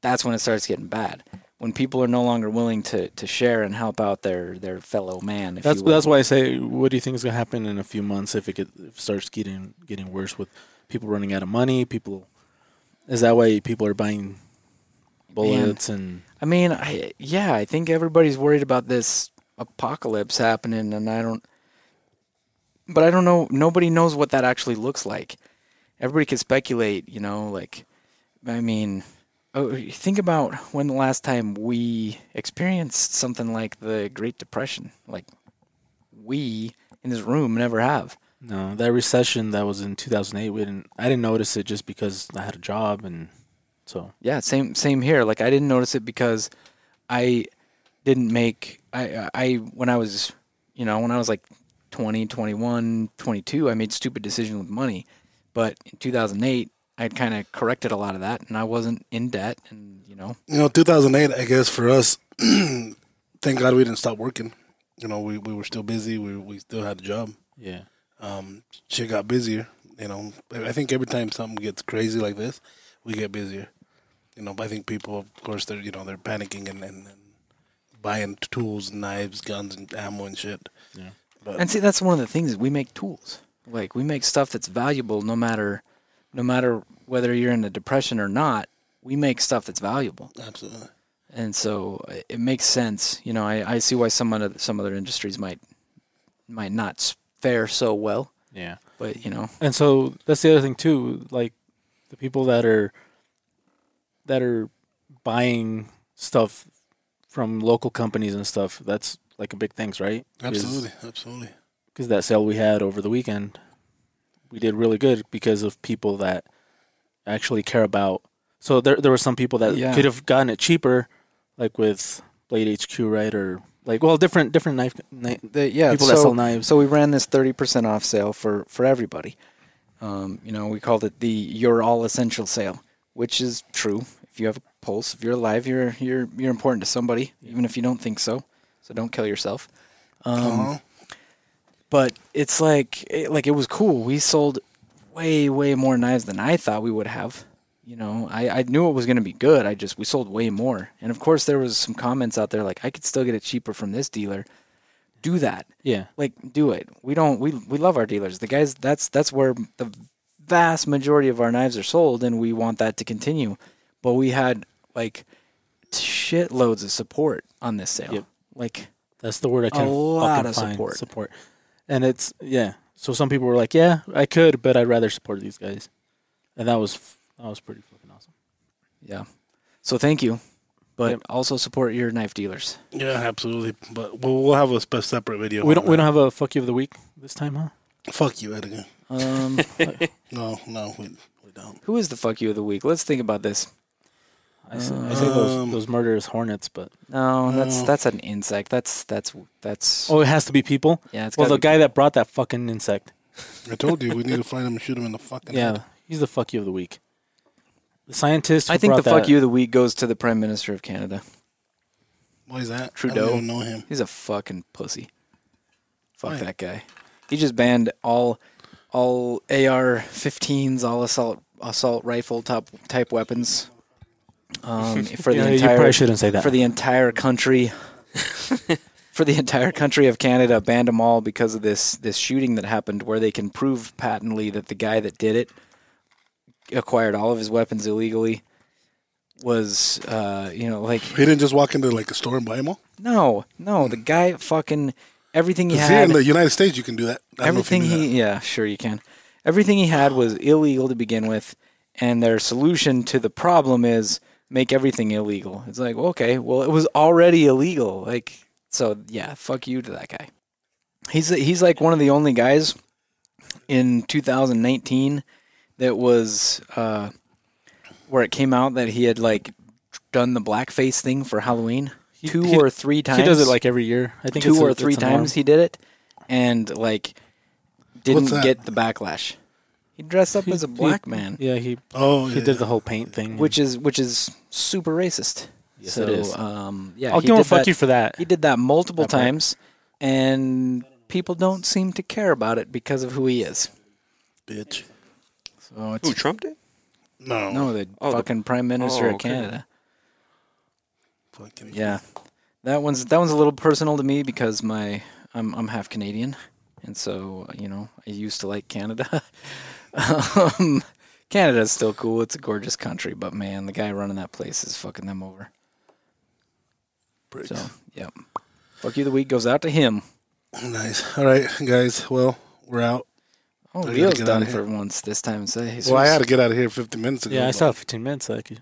Speaker 1: that's when it starts getting bad. When people are no longer willing to, to share and help out their, their fellow man. If
Speaker 3: That's
Speaker 1: you will.
Speaker 3: that's why I say, what do you think is gonna happen in a few months if it, get, if it starts getting getting worse with people running out of money? People is that why people are buying bullets and
Speaker 1: I mean, I yeah, I think everybody's worried about this apocalypse happening, and I don't. But I don't know. Nobody knows what that actually looks like. Everybody can speculate, you know. Like, I mean, oh, think about when the last time we experienced something like the Great Depression. Like, we in this room never have.
Speaker 3: no that recession that was in 2008. We didn't I didn't notice it just because I had a job and so
Speaker 1: Yeah, same same here. Like I didn't notice it because I didn't make I I when I was, you know, when I was like 20, 21, 22, I made stupid decisions with money. But in 2008, I'd kind of corrected a lot of that and I wasn't in debt and, you know,
Speaker 2: You know, 2008, I guess for us, thank God we didn't stop working. You know, we, we were still busy. We, we still had a job.
Speaker 3: yeah
Speaker 2: Um, shit got busier. You know, I I think every time something gets crazy like this, we get busier. You know, but I think people, of course, they're, you know, they're panicking and, and, and buying tools, knives, guns, and ammo and shit.
Speaker 3: Yeah.
Speaker 2: But
Speaker 1: And see, that's one of the things is we make tools. Like we make stuff that's valuable, no matter, no matter whether you're in a depression or not. We make stuff that's valuable.
Speaker 2: absolutely.
Speaker 1: and so i- it makes sense. You know, I, I see why some other some other industries might might not s- fare so well,
Speaker 3: yeah.
Speaker 1: but you know,
Speaker 3: And so that's the other thing too, like the people that are that are buying stuff from local companies and stuff. That's like a big thing, right?
Speaker 2: Absolutely. Absolutely.
Speaker 3: Because that sale we had over the weekend, we did really good because of people that actually care about. So there there were some people that
Speaker 1: Yeah.
Speaker 3: could have gotten it cheaper, like with Blade HQ, right? Or like well, different different knife. knife
Speaker 1: The, yeah,
Speaker 3: People
Speaker 1: so,
Speaker 3: that sell knives.
Speaker 1: So we ran this thirty percent off sale for for everybody. Um, you know, we called it the "You're All Essential" sale, which is true. If you have a pulse, if you're alive, you're you're you're important to somebody, even if you don't think so. So don't kill yourself. Um,
Speaker 2: Uh-huh.
Speaker 1: But it's like it, like it was cool. We sold way way more knives than I thought we would have. You know, I, I knew it was going to be good. I just we sold way more, and of course there was some comments out there like I could still get it cheaper from this dealer. Do that
Speaker 3: Yeah,
Speaker 1: like do it. We don't we we love our dealers. The guys that's that's where the vast majority of our knives are sold and we want that to continue. But we had like shitloads of support on this sale.
Speaker 3: Yep.
Speaker 1: Like
Speaker 3: that's the word I
Speaker 1: A
Speaker 3: can
Speaker 1: lot
Speaker 3: fucking
Speaker 1: of
Speaker 3: find,
Speaker 1: support.
Speaker 3: Support, and it's yeah. So some people were like, "Yeah, I could, but I'd rather support these guys," and that was f- that was pretty fucking awesome.
Speaker 1: yeah. So thank you. But
Speaker 3: Yep.
Speaker 1: also support your knife dealers.
Speaker 2: Yeah, absolutely. But we'll, we'll have a spe- separate video.
Speaker 3: we
Speaker 2: on
Speaker 3: don't we
Speaker 2: that.
Speaker 3: don't have a fuck you of the week this time, huh?
Speaker 2: Fuck you, Edgar.
Speaker 1: Um
Speaker 2: No, no, we, we don't.
Speaker 1: who is the fuck you of the week? Let's think about this.
Speaker 3: I say, I say those
Speaker 2: Um,
Speaker 3: those murderous hornets, but
Speaker 1: No, that's
Speaker 3: Mm.
Speaker 2: No.
Speaker 1: that's an insect. That's that's that's
Speaker 3: oh, it has to be people.
Speaker 1: yeah, it's
Speaker 3: well, the
Speaker 1: gotta be-
Speaker 3: guy that brought that fucking insect.
Speaker 2: I told you we need to find him and shoot him in the fucking
Speaker 3: Yeah,
Speaker 2: head.
Speaker 3: he's the fuck you of the week. The scientist. Who
Speaker 1: I think the
Speaker 3: brought
Speaker 1: fuck
Speaker 3: that-
Speaker 1: you of the week goes to the Prime Minister of Canada.
Speaker 2: Why is that? I
Speaker 1: Trudeau.
Speaker 2: don't even know him.
Speaker 1: He's a fucking pussy. Fuck
Speaker 2: Why?
Speaker 1: that guy. He just banned all all AR-15s, all assault assault rifle top type weapons um, for the
Speaker 3: Yeah, you
Speaker 1: entire
Speaker 3: probably shouldn't say that.
Speaker 1: for the entire country. for the entire country of Canada, banned them all because of this this shooting that happened, where they can prove patently that the guy that did it acquired all of his weapons illegally. Was uh, you know like
Speaker 2: He didn't just walk into like a store and buy them all.
Speaker 1: no, no. The guy fucking everything he
Speaker 2: Because here
Speaker 1: had.
Speaker 2: in the United States, you can do that. I don't know if you
Speaker 1: everything
Speaker 2: knew
Speaker 1: he yeah, sure you can. Everything he had was illegal to begin with, and their solution to the problem is make everything illegal. It's like okay, well it was already illegal. Like so, yeah, fuck you to that guy. He's he's like one of the only guys in 2019 that was uh, where it came out that he had like done the blackface thing for Halloween two
Speaker 3: he-
Speaker 1: or three times
Speaker 3: He does it like every year. I think
Speaker 1: two
Speaker 3: it's a-
Speaker 1: or
Speaker 3: it's
Speaker 1: three
Speaker 3: a norm.
Speaker 1: times he did it, and like didn't
Speaker 2: that?
Speaker 1: get the backlash. He dressed up
Speaker 3: He-
Speaker 1: as a
Speaker 3: he-
Speaker 1: black man,
Speaker 3: Yeah, he
Speaker 2: that. Oh,
Speaker 3: he
Speaker 2: yeah.
Speaker 3: did the whole paint thing.
Speaker 1: which is which is super racist.
Speaker 3: Yes,
Speaker 1: so,
Speaker 3: it is.
Speaker 1: Um, yeah,
Speaker 3: I'll
Speaker 1: he
Speaker 3: give him a
Speaker 1: did
Speaker 3: fuck
Speaker 1: that-
Speaker 3: you for that.
Speaker 1: He did that multiple
Speaker 3: That part.
Speaker 1: times, and people don't seem to care about it because of who he is.
Speaker 2: bitch.
Speaker 1: So it's
Speaker 5: Who Trump did?
Speaker 2: No,
Speaker 1: no, the
Speaker 5: Oh, the-
Speaker 1: fucking prime minister
Speaker 5: oh,
Speaker 1: of
Speaker 5: okay.
Speaker 1: Canada.
Speaker 2: Fucking
Speaker 1: Yeah, that one's that one's a little personal to me because my I'm I'm half Canadian, and so you know I used to like Canada. um, Canada's still cool; it's a gorgeous country, but man, the guy running that place is fucking them over.
Speaker 2: pricks.
Speaker 1: So, yep. Fuck you. The week goes out to him.
Speaker 2: Nice. All right, guys. Well, we're out.
Speaker 1: Oh,
Speaker 2: I gotta
Speaker 1: Leo's
Speaker 2: get
Speaker 1: done
Speaker 2: outta here.
Speaker 1: for once this time. And say, Jesus.
Speaker 2: Well, I had to get out of here 50 minutes ago.
Speaker 3: yeah, I
Speaker 2: but-
Speaker 3: saw 15 minutes. I could,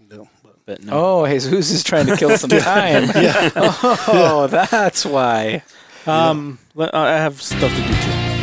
Speaker 2: No, but-
Speaker 3: but no.
Speaker 1: Oh, Jesus is trying to kill some time. Oh, that's why.
Speaker 3: Um, le- I I have stuff to do too.